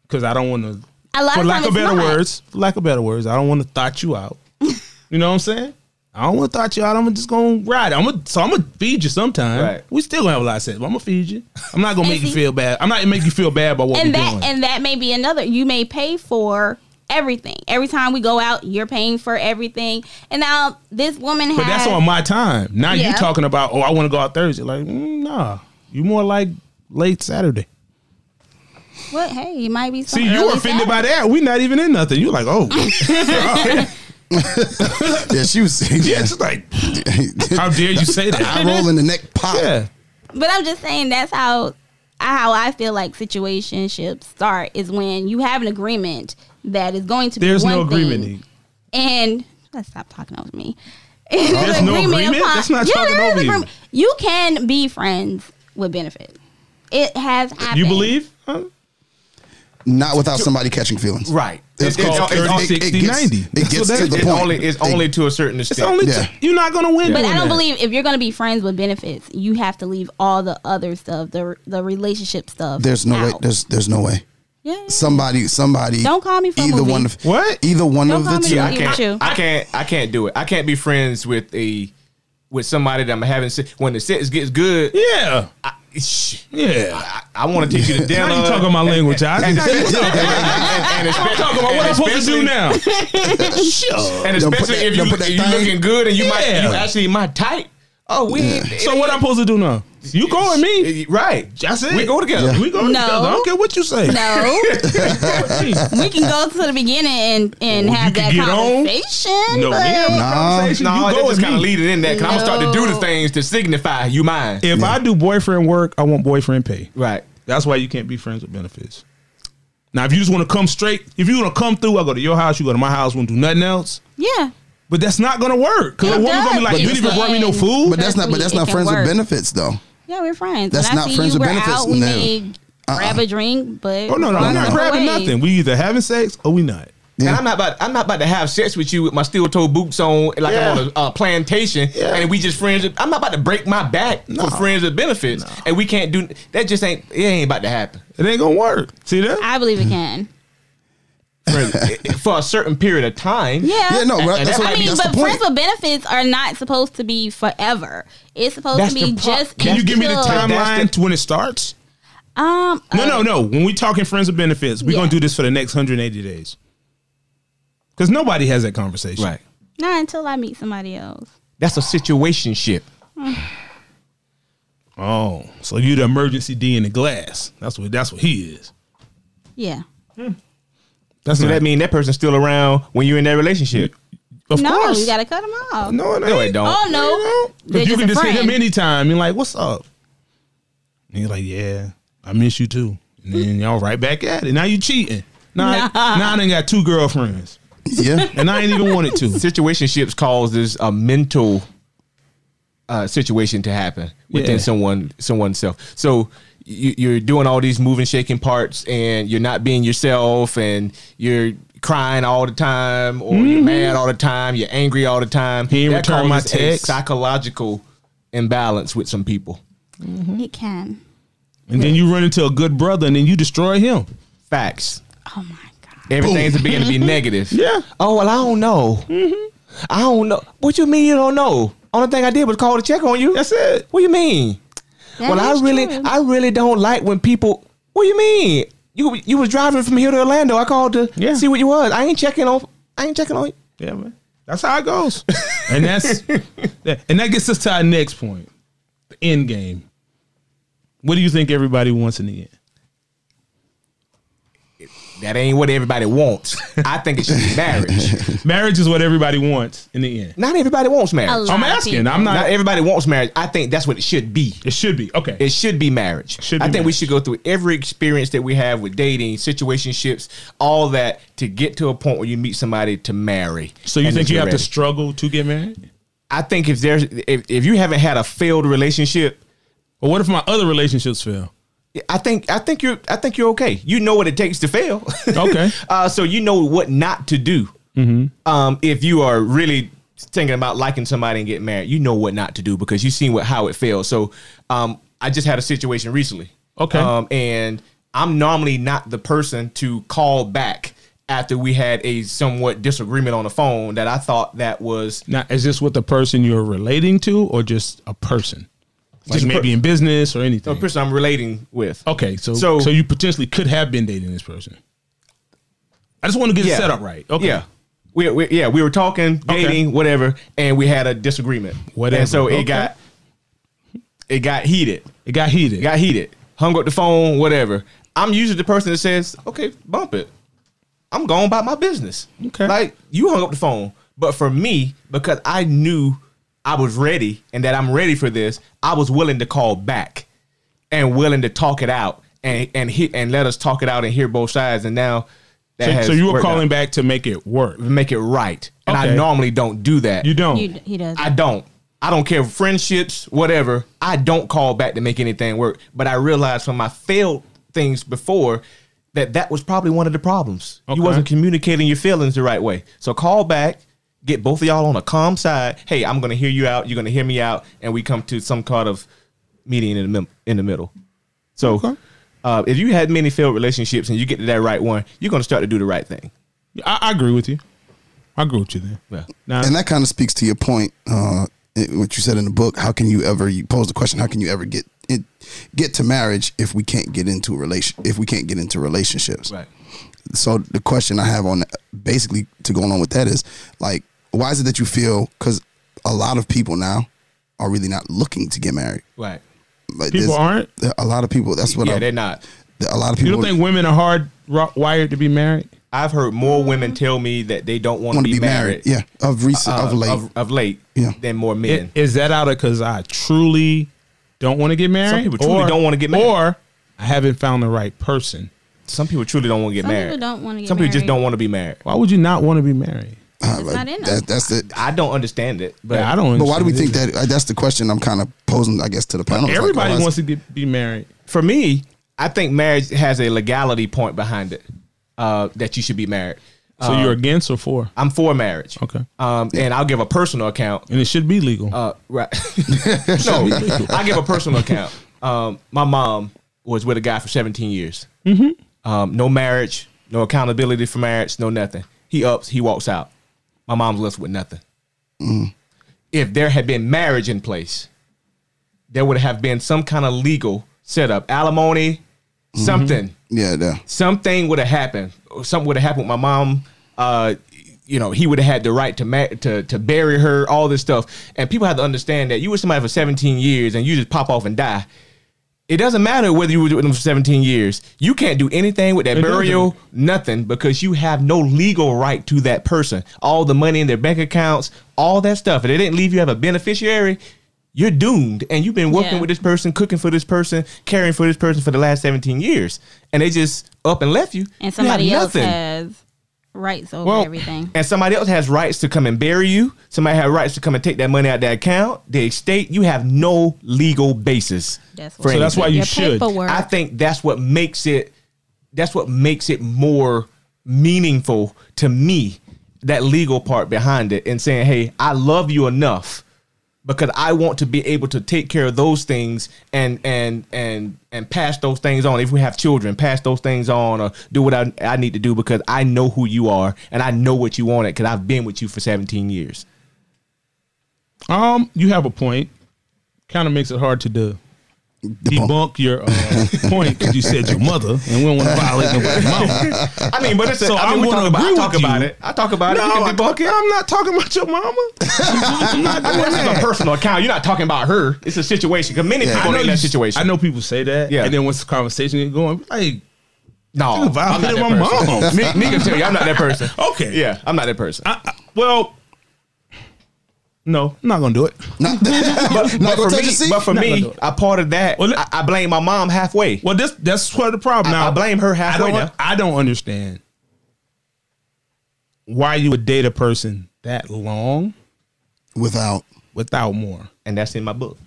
Because I don't want to. A lot For of lack time of it's better not. words, for lack of better words, I don't want to thought you out. you know what I'm saying? I don't want to thought you out. I'm just gonna ride. I'm gonna so I'm gonna feed you sometime. Right. We still gonna have a lot of sex. But I'm gonna feed you. I'm not gonna And make you see- feel bad. I'm not gonna make you feel bad about what and we're that doing. and that may be another you may pay for everything every time we go out you're paying for everything and now this woman but has that's on my time. Now you Yeah. talking about oh I want to go out Thursday. Like mm, nah, you more like late Saturday. what hey it might be some See, you early offended Saturday. by that. We not even in nothing. You like, oh, Yeah, she was. Yeah, it's like, how dare you say I that? roll in the neck pop. Yeah. But I'm just saying that's how how I feel like situationships start is when you have an agreement that is going to be There's one no agreement. thing, Nick. and let's stop talking over me. There's no agreement? That's not talking there is over you. agreement. You can be friends with benefit. It has happened. You believe? Huh? Not without somebody catching feelings. Right. It's called it's- 30, it's- 60, gets, 90. It gets So to that- the it's point. only it's It- only to a certain It's extent. only Yeah. t- you're not gonna win. But doing I don't that. believe if you're going to be friends with benefits, you have to leave all the other stuff, the the relationship stuff. There's no way. out. There's there's no way. yeah. Somebody somebody. Don't call me for a either movie. one of What? Either one Don't of call the me two. for a I movie. with you. can't. I can't. I can't do it. I can't be friends with a with somebody that I'm having se- when the sex gets good. Yeah. I, shh, Yeah. I, want to take you to dinner. Now you talking my language, I And, and, and, Talking and especially, about what I'm supposed to do now. And Don't put especially that- if don't you put that if you thing- looking good and you might Yeah. you actually my type. Oh, we. So what I'm supposed to do now? You go with me. Right. That's it. We go together. We go No. together. I don't care what you say. no. No, we can go to the beginning and, and Oh, you have can that get on? conversation. no, we but have a Nah. conversation. No, you that go with just kind me. of leading in that. Cause I'm gonna start to do the No. things to signify you mine. If I do boyfriend work, I want boyfriend pay. right. That's why you can't be friends with benefits. Now, if you just want to come straight, if you want to come through, I go to your house. You go to my house. We do nothing else. yeah. But that's not gonna work. Cause It a woman's gonna be does. like, But you it's didn't even not- bring me no food. But that's not. Trust But that's me, not it friends can with work. benefits though. Yeah, we're friends. That's when not I see friends you, with we're benefits, Out, we no. Uh-uh. may grab a drink, but Oh no, no, we're we're not on our grabbing way. nothing. We either having sex or we not. Yeah. And I'm not about I'm not about to have sex with you with my steel toe boots on like I'm on a uh, plantation and we just friends. with- I'm not about to break my back for friends with benefits and we can't do that. Just ain't it ain't about to happen It ain't gonna work. See that? I believe it can. for, for a certain period of time. Yeah. Yeah, no, but And that's, that what, I mean, that's but the friends point. with benefits are not supposed to be forever. It's supposed That's to be the pro- just. Can you give me the until- time- timeline that's to when it starts? Um. No, uh, no, no. When we talking friends with benefits, we're Yeah. gonna do this for the next 180 days. Cause nobody has that conversation. Right. Not until I meet somebody else. That's a situation ship. Oh, so you the emergency D in the glass. That's what that's what he is. Yeah. That's So not, that mean that person's still around when you're in that relationship. of no, course. you gotta cut them off. no, it ain't. No, it don't. Oh no. They're Because you just can a just hit friend. him anytime. You're like, what's up? And you're like, yeah, I miss you too. And then y'all right back at it. Now you cheating. Now, I, now I done got two girlfriends. Yeah. And I ain't even wanted to. Situationships causes a mental uh, situation to happen within Yeah. someone someone's self. So you, you're doing all these moving, shaking parts, and you're not being yourself, and you're crying all the time, or you're mad all the time, you're angry all the time. Mm-hmm. He ain't That return my causes a text. Psychological imbalance with some people. It can. And then you run into a good brother and then you destroy him. Facts. Oh my god. Everything's beginning to be negative. Yeah. Oh well, I don't know. I don't know. What you mean you don't know? Only thing I did was call to check on you. That's it. What you mean? That well, is I really, true. I really don't like when people. What do you mean? You you was driving from here to Orlando. I called to Yeah. see what you was. I ain't checking on. I ain't checking on. you. Yeah, man. That's how it goes. and that's that, and that gets us to our next point. The end game. What do you think everybody wants in the end? That ain't what everybody wants. I think it should be marriage. Marriage is what everybody wants in the end. Not everybody wants marriage. A lot I'm of asking. people. I'm Not not everybody wants marriage. I think that's what it should be. it should be. Okay. It should be marriage. Should be I think we marriage. should go through every experience that we have with dating, situationships, all that to get to a point where you meet somebody to marry. So you And think that you you're have to ready. struggle to get married? I think if there's if, if you haven't had a failed relationship, Or what if my other relationships fail? I think I think you're I think you're okay. You know what it takes to fail. Okay. uh, so you know what not to do. Mm-hmm. Um, if you are really thinking about liking somebody and getting married, you know what not to do because you've seen what how it failed. So um, I just had a situation recently. Okay. Um, and I'm normally not the person to call back after we had a somewhat disagreement on the phone that I thought that was Now, is this with the person you're relating to or just a person? Like Just a maybe per- in business or anything. the person I'm relating with. Mm. okay, so, so So- you potentially could have been dating this person. I just want to get the Yeah. setup right. Okay. Yeah. We, we, yeah, we were talking, Okay. dating, whatever, and we had a disagreement. Whatever. And so it Okay. got it got heated. It got heated. It got heated. Hung up the phone, whatever. I'm usually the person that says, "Okay, bump it. I'm going about my business." Okay. Like you hung up the phone. But for me, because I knew I was ready and that I'm ready for this, I was willing to call back and willing to talk it out and and he, and let us talk it out and hear both sides. And now that So, has so you were worked out. calling back to make it work. make it right. And I Okay. normally don't do that. You don't. You, he does. I don't. I don't care friendships, whatever. I don't call back to make anything work. But I realized from my failed things before that that was probably one of the problems. Okay. You wasn't communicating your feelings the right way. So call back, get both of y'all on a calm side. Hey, I'm going to hear you out. You're going to hear me out, and we come to some kind of meeting in the mim- in the middle. So. Uh, if you had many failed relationships and you get to that right one, you're going to start to do the right thing. I, I agree with you. I agree with you there. Yeah. Now, And that kind of speaks to your point, uh, it- what you said in the book. How can you ever? You pose the question: How can you ever get it, get to marriage if we can't get into a relation? If we can't get into relationships, Right. So the question I have on basically to going on with that is like, why is it that you feel? Because a lot of people now are really not looking to get married. Right. Like People there's- aren't? there- A lot of people. That's what. yeah, I, they're not. a lot of you people don't think women are hard ro- wired to be married? I've heard more women tell me that they don't want to want be, married. Yeah, of recent, uh, of late. Of, of late. Yeah. Than more I- men. Is that out of because I truly don't want to get married? people truly don't wanna get married. Or I haven't found the right person. some people truly don't want to get Some people married. don't wanna get Some people just married. don't want to be married. Why would you not want to be married? Uh, not in us. that, that's it. I don't understand it. But Yeah, I don't. But why do we think understand that? uh, That's the question I'm kind of posing, I guess, to the panel. It's either. like, oh, Everybody why is- wants to get, be married. For me, I think marriage has a legality point behind it uh, that you should be married. So Uh, you're against or for? I'm for marriage. Okay. Um, and I'll give a personal account And it should be legal. Uh, right. no, I give a personal account. Um, my mom was with a guy for 17 years. Mm-hmm. Um, no marriage, no accountability for marriage, no nothing. He ups, he walks out. My mom's left with nothing. Mm. If there had been marriage in place, there would have been some kind of legal setup, alimony, Mm-hmm. something Yeah, yeah. something would have happened. Something would have happened with my mom. Uh, you know, he would have had the right to ma- to to bury her. All this stuff, and people have to understand that you were somebody for 17 years, and you just pop off and die. It doesn't matter whether you were with them for 17 years. You can't do anything with that It burial, nothing, because you have no legal right to that person. All the money in their bank accounts, all that stuff. If they didn't leave you have a beneficiary, you're doomed. And you've been working Yeah. with this person, cooking for this person, caring for this person for the last 17 years. And they just up and left you. and somebody You have else nothing. has rights over Well, everything. And somebody else has rights to come and bury you. Somebody has rights to come and take that money out of that account, the estate. You have no legal basis. That's for what- So that's anything. why you Your should. paperwork. I think that's what makes it that's what makes it more meaningful to me that legal part behind it and saying, "Hey, I love you enough because I want to be able to take care of those things and and and and pass those things on if we have children, pass those things on or do what I, I need to do because I know who you are and I know what you wanted because I've been with you for 17 years." Um, you have a point. Kind of makes it hard to do. Debunk your uh, point because you said your mother, and we don't want to violate nobody's mama. I mean, but it's a, So I I mean, we wanna talk about, I agree talk with you. about it. I talk about it. You can debunk it. I'm not talking about your mama. I'm not doing This is a that. personal account. You're not talking about her. It's a situation because many Yeah. people I are know in you that s- situation. I know people say that, Yeah. and then once the conversation get going, like No, you violated that my person. mom. Me, me can tell you, I'm not that person. Okay. Yeah, I'm not that person. I, I, well, no, I'm not gonna do it. but, Not but gonna for touch me, the seat. but for Not gonna me, do it. I part of that. Well, I, let- I blame my mom halfway. Well, this that's part of the problem. I- now I blame her I halfway don't. now. I don't understand why you would date a person that long Without without more. and that's in my book.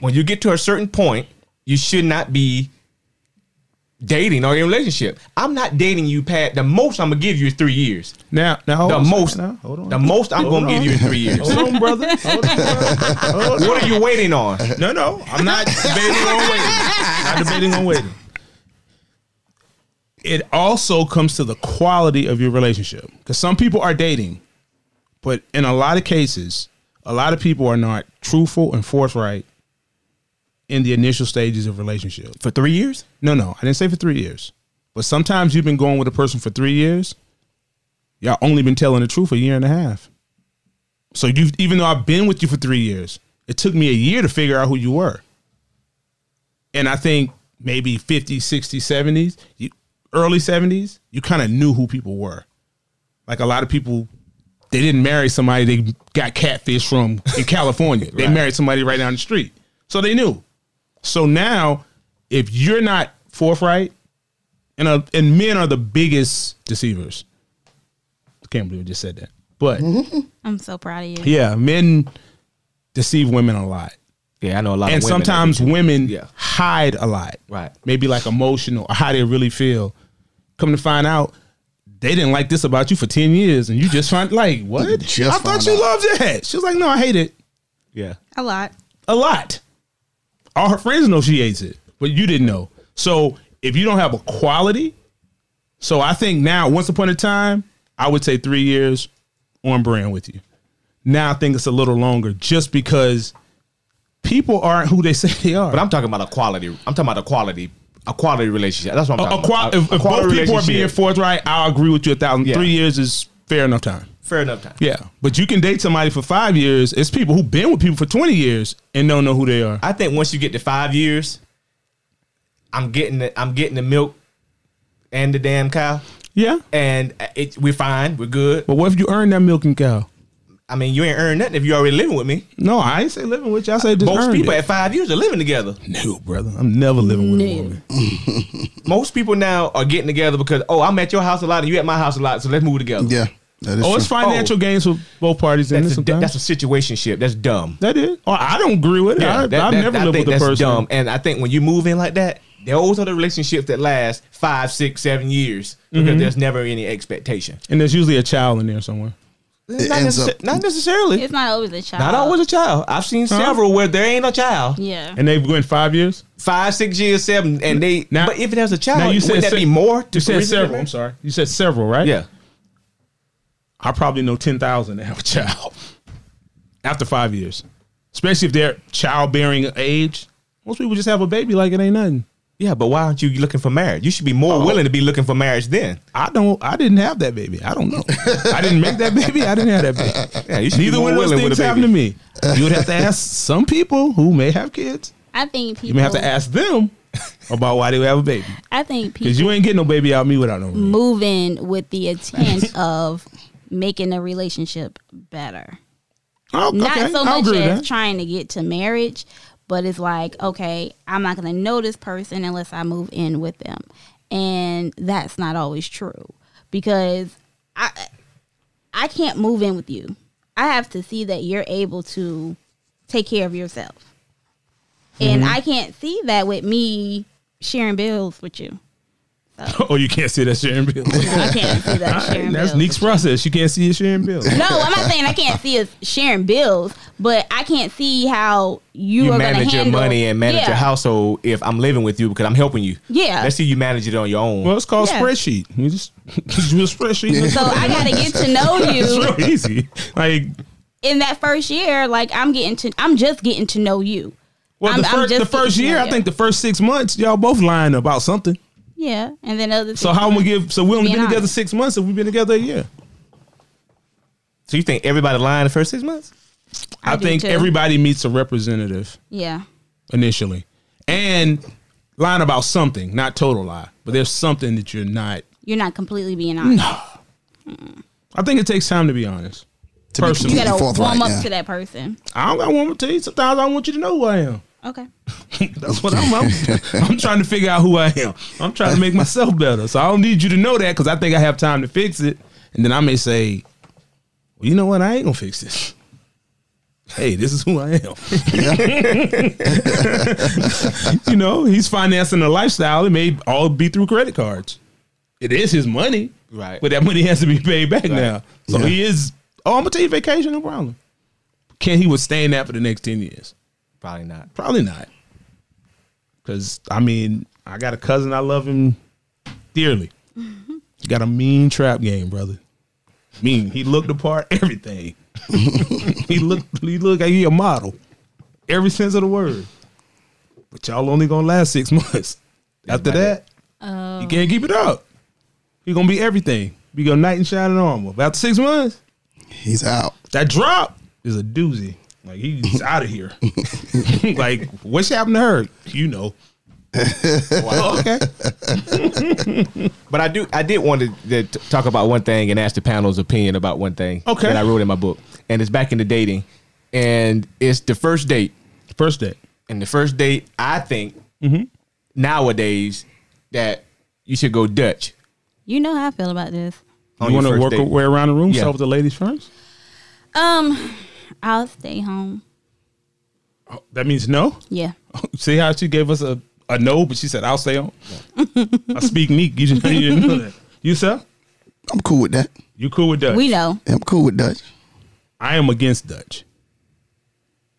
When you get to a certain point, you should not be dating or in a relationship. I'm not dating you, Pat. The most I'm gonna give you is three years. Now, now hold The on, most, now, hold on. the most I'm Hold gonna give on. you is three years. Hold on, brother. Hold on, brother. Hold on. What are you waiting on? No, no, I'm not debating on waiting. Not debating on waiting. It also comes to the quality of your relationship because some people are dating, but in a lot of cases, a lot of people are not truthful and forthright in the initial stages of relationship. For three years? No, no, I didn't say for three years, but sometimes you've been going with a person for three years. Y'all only been telling the truth a year and a half. So you, have even though I've been with you for three years, it took me a year to figure out who you were. And I think maybe 50, 60, 70s, you, early 70s, you kind of knew who people were. Like a lot of people, they didn't marry somebody they got catfish from in California. They married somebody right down the street. So they knew. So now, if you're not forthright, and uh, and men are the biggest deceivers. I can't believe I just said that. But I'm so proud of you. yeah, men deceive women a lot. Yeah, I know a lot. And of women that sometimes do that. women Yeah. hide a lot. Right. Maybe like emotional or how they really feel. Come to find out, they didn't like this about you for 10 years and you just find like, what? Just I found thought you out. loved that. She was like, no, I hate it Yeah, A lot. a lot. All her friends know she hates it, but you didn't know. So if you don't have a quality, so I think now, once upon a time, I would say three years on brand with you. Now I think it's a little longer just because people aren't who they say they are. but I'm talking about a quality. I'm talking about a quality, a quality relationship. That's what I'm a, a talking qua- about. if, if both people are being forthright, I'll agree with you a thousand. Yeah. Three years is fair enough time. fair enough time. Yeah. But you can date somebody for five years. It's people who've been with people for 20 years and don't know who they are. I think once you get to five years, I'm getting the I'm getting the milk and the damn cow, Yeah. and it, we're fine. We're good. But what if you earn that milk and cow? I mean, you ain't earned nothing if you already living with me. No, I ain't say living with you. I say just Most earned people it. at five years are living together. no, brother. I'm never living with a No. woman. Most people now are getting together because oh, I'm at your house a lot and you at my house a lot, so let's move together. Yeah, that is Oh, it's true. financial Oh. gains for both parties in That's this a, sometimes. that's a situation ship. That's dumb. that is. Oh, I don't agree with it. Yeah, I, that- I've that- never I lived think with a that's person. Dumb. And I think when you move in like that, those are the relationships that last five, six, seven years because Mm-hmm. there's never any expectation. And there's usually a child in there somewhere. It ends up- not necessarily. It's not always a child. Not always a child. I've seen several where there ain't a child. Yeah. And they've been five years. Five, six years, seven, and they. Now- but if there's a child, now you you said wouldn't that se- be more? To You said reason several. I'm that? sorry. You said several, right? Yeah. I probably know ten thousand that have a child after five years, especially if they're childbearing age. Most people just have a baby like it ain't nothing. Yeah, but why aren't you looking for marriage? You should be more Oh. willing to be looking for marriage then. I don't. I didn't have that baby. I don't know. I didn't make that baby. I didn't have that baby. Yeah, you should Neither be more one of those willing things with a happened baby. to me. You would have to ask some people who may have kids. I think people. You may have to ask them about why they have a baby I think people because you ain't getting no baby out of me without no. Baby. moving with the intent of making a relationship better. Oh, Not okay, so I'll much agree with as that. trying to get to marriage, but it's like, okay, I'm not going to know this person unless I move in with them. And that's not always true because I I can't move in with you. I have to see that you're able to take care of yourself. And Mm-hmm. I can't see that with me sharing bills with you. Oh, you can't see that sharing bill. I can't see that sharing That's bills. Neek's process. You can't see it sharing bill. No, I'm not saying I can't see us sharing bills, but I can't see how you, You are going to manage your handle money and manage yeah, your household if I'm living with you because I'm helping you. Yeah. Let's see you manage it on your own. Well, it's called Yeah. spreadsheet. You just you do a spreadsheet. So I got to get to know it's you real easy. Like in that first year. Like I'm getting to, I'm just getting to know you. well, I'm- the, I'm fir- just the first getting to year, know I you. think the first six months, y'all both lying about something. Yeah, and then other. So things- how am I give? So we only Being been together honest. six months, and we've been together a year. so you think everybody lying the first six months? I, I do think too. everybody meets a representative Yeah, initially, and lying about something, not total lie, but there's something that you're not. you're not completely being honest. I think it takes time to be honest. To be Personally, You completely got to forthright, warm up yeah. to that person. I don't got one to you. Sometimes I want you to know who I am. Okay. That's what I'm, I'm. I'm trying to figure out who I am. I'm trying to make myself better. So I don't need you to know that because I think I have time to fix it. And then I may say, well, you know what? I ain't gonna fix this. Hey, this is who I am. you know, he's financing a lifestyle. It may all be through credit cards. It is his money, Right. But that money has to be paid back now. So he is. Oh, I'm gonna take vacation. No problem. Can he withstand that for the next ten years? Probably not. Probably not. Cause I mean, I got a cousin I love him dearly. He got a mean trap game, brother. Mean. He looked apart everything. he looked he looked like he a model. Every sense of the word. But y'all only gonna last six months. After about that, you can't keep it up. He gonna be everything. Be gonna knight in shining armor. But after six months, He's out. that drop is a doozy. Like he's out of here. like what's happened to her? You know. okay. But I do. I did want to, to t- talk about one thing and ask the panel's opinion about one thing Okay. that I wrote in my book, and it's back into dating, and it's the first date. First date. And the first date, I think Mm-hmm. nowadays that you should go Dutch. You know how I feel about this. on you your want to first work date. your way around the room, Yeah. start with the ladies first? Um, I'll stay home. That means no. Yeah. See how she gave us a, a no, but she said, I'll stay on. I speak neat. You, just, you didn't know that. You, sir? I'm cool with that. You cool with Dutch? We know. I'm cool with Dutch. I am against Dutch.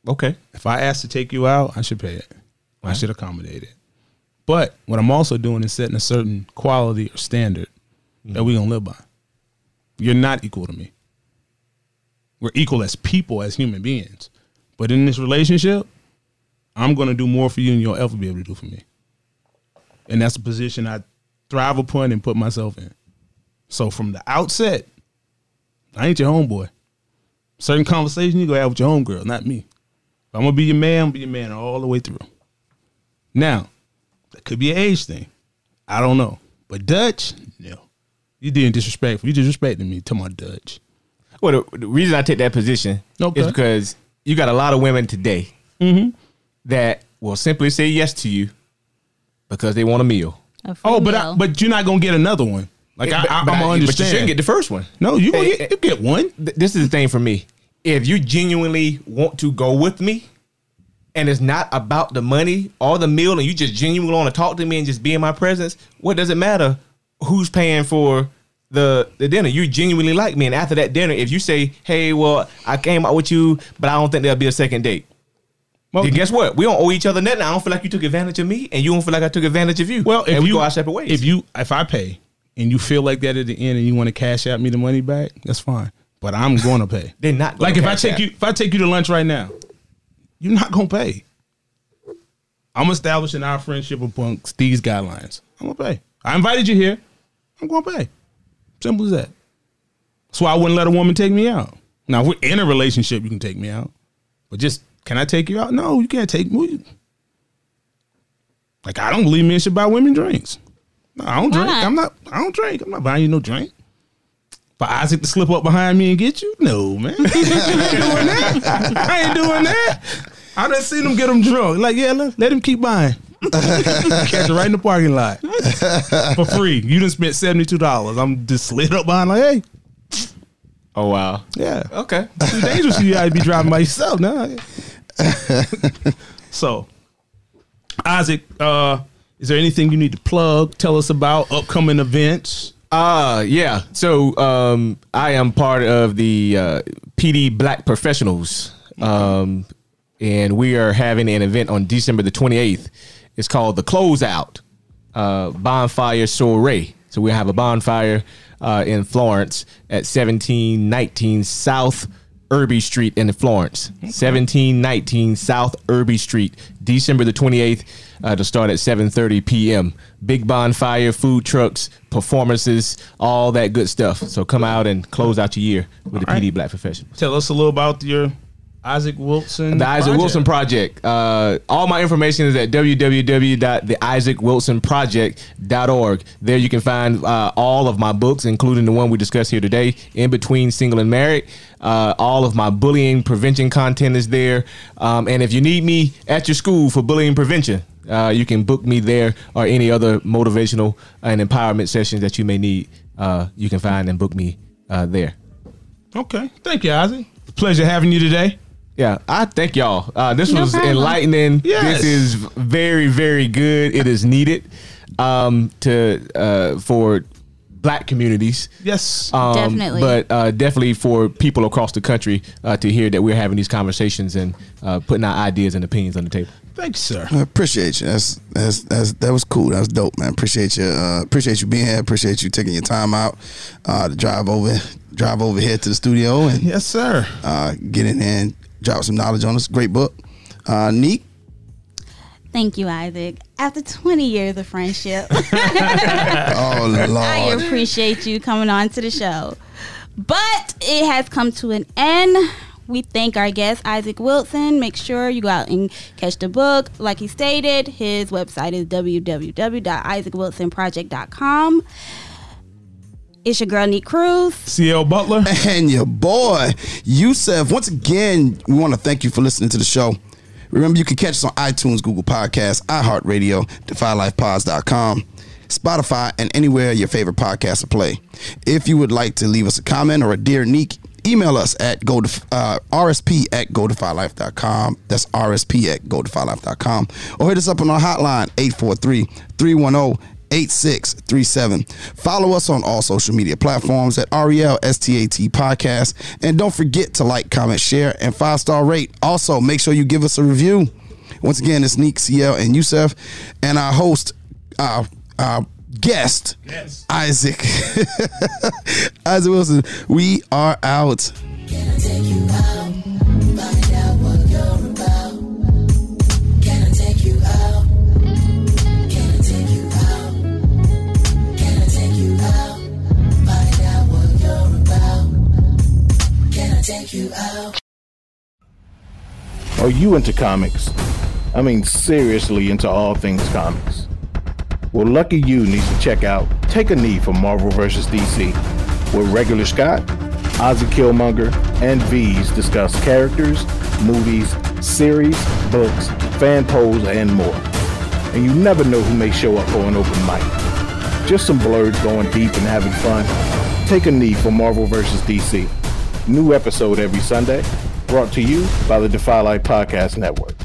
Okay. If I ask to take you out, I should pay it. I should accommodate it. But what I'm also doing is setting a certain quality or standard that we're gonna live by. You're not equal to me. We're equal as people, as human beings. But in this relationship, I'm gonna do more for you than you'll ever be able to do for me. And that's a position I thrive upon and put myself in. So from the outset, I ain't your homeboy. Certain conversation you go have with your homegirl, not me. If I'm gonna be your man, I'm gonna be your man all the way through. Now, that could be an age thing. I don't know. But Dutch, no. You didn't disrespectful. You disrespecting me. Tell my Dutch. Well, the, the reason I take that position Okay. is because you got a lot of women today Mm-hmm. that will simply say yes to you because they want a meal. A free Oh, but I, meal. but you're not gonna get another one. Like I, But- I, I'm but gonna I- But you shouldn't understand. get the first one. no, you gonna Hey, get, you get one. Th- this is the thing for me. If you genuinely want to go with me, and it's not about the money or the meal, and you just genuinely want to talk to me and just be in my presence, what does it matter who's paying for the the dinner? You genuinely like me, and after that dinner, if you say, "Hey, well, I came out with you, but I don't think there'll be a second date," Well, then guess what? We don't owe each other nothing. I don't feel like you took advantage of me, and you don't feel like I took advantage of you. well, if and we you go our separate ways. if you if I pay and you feel like that at the end and you want to cash out me the money back, that's fine. But I'm gonna pay. They're not gonna like if I cash take out. you if I take you to lunch right now, you're not gonna pay. I'm establishing our friendship amongst these guidelines. I'm gonna pay. I invited you here. I'm gonna pay. Simple as that. That's why I wouldn't let a woman take me out. Now, if we're in a relationship, you can take me out. But just can I take you out? No, you can't take me. Like I don't believe men should buy women drinks. No, I don't Why drink. not? I'm not. I don't drink. I'm not buying you no drink. For Isaac to slip up behind me and get you? No, man. I ain't doing that. I ain't doing that. I done seen him get him drunk. Like, yeah, let, let him keep buying. Catch it right in the parking lot for free. You done spent seventy two dollars. I'm just slid up behind like, hey, oh wow, yeah, okay, too dangerous for you to be driving by yourself now. so, Isaac, uh, is there anything you need to plug? Tell us about upcoming events. Uh yeah. So um I am part of the uh, PD Black Professionals. Um and we are having an event on December the 28th. It's called the Closeout uh Bonfire Soiree. So we have a bonfire uh in Florence at 1719 South Irby Street in Florence. 1719 South Irby Street, December the 28th uh, to start at 7:30 p.m. Big bonfire, food trucks, performances, all that good stuff. So come out and close out your year with the All right. PD Black Professionals. Tell us a little about your Isaac Wilson. The Isaac project. Wilson Project. Uh, all my information is at www.theisaacwilsonproject.org. There you can find uh, all of my books, including the one we discussed here today, In Between Single and Married. Uh, all of my bullying prevention content is there. Um, and if you need me at your school for bullying prevention, uh, you can book me there or any other motivational and empowerment sessions that you may need. Uh, you can find and book me uh, there. Okay, thank you, Isaac. Pleasure having you today. Yeah, I thank y'all. Uh, this No was problem. enlightening. Yes. This is very, very good. It is needed um, to uh, for black communities. Yes. Um, Definitely. but uh, definitely for people across the country uh, to hear that we're having these conversations and uh, putting our ideas and opinions on the table. Thanks, sir. I appreciate you. That's, that's that's that was cool. That was dope, man. Appreciate you. Uh, appreciate you being here. Appreciate you taking your time out uh, to drive over drive over here to the studio and Yes, sir. uh, get in there and drop some knowledge on us. Great book, uh, Neek. Thank you, Isaac. After 20 years of friendship, Oh I lord, appreciate you coming on to the show. But it has come to an end. We thank our guest, Isaac Wilson. Make sure you go out and catch the book. Like he stated, his website is www.isaacwilsonproject.com. It's your girl, Neat Cruz. CL Butler. and your boy Yusef. Once again, we want to thank you for listening to the show. Remember, you can catch us on iTunes, Google Podcasts, iHeartRadio, DefyLifePods.com, Spotify, and anywhere your favorite podcasts are play. If you would like to leave us a comment or a dear Neek, email us at go to, uh, RSP at GoDefyLife.com. That's RSP at GoDefyLife.com. Or hit us up on our hotline, 843 310 8637. Follow us on all social media platforms at E REL STAT Podcast. And don't forget to like, comment, share, and five star rate. Also, make sure you give us a review. Once again, it's Neek CL and Yusef, and our host, our, our guest, Isaac. Isaac Wilson. We are out. Can I take you out? Find out what you're about. Can I take you out? Can I take you out? Can I take you out? Find out what you're about. Can I take you out? Are you into comics? I mean, seriously into all things comics. Well, Lucky You needs to check out Take a Knee for Marvel vs. DC, where regular Scott, Ozzy Killmonger, and V's discuss characters, movies, series, books, fan polls, and more. And you never know who may show up for an open mic. Just some blurs going deep and having fun. Take a knee for Marvel vs. DC. New episode every Sunday, brought to you by the Defy Life Podcast Network.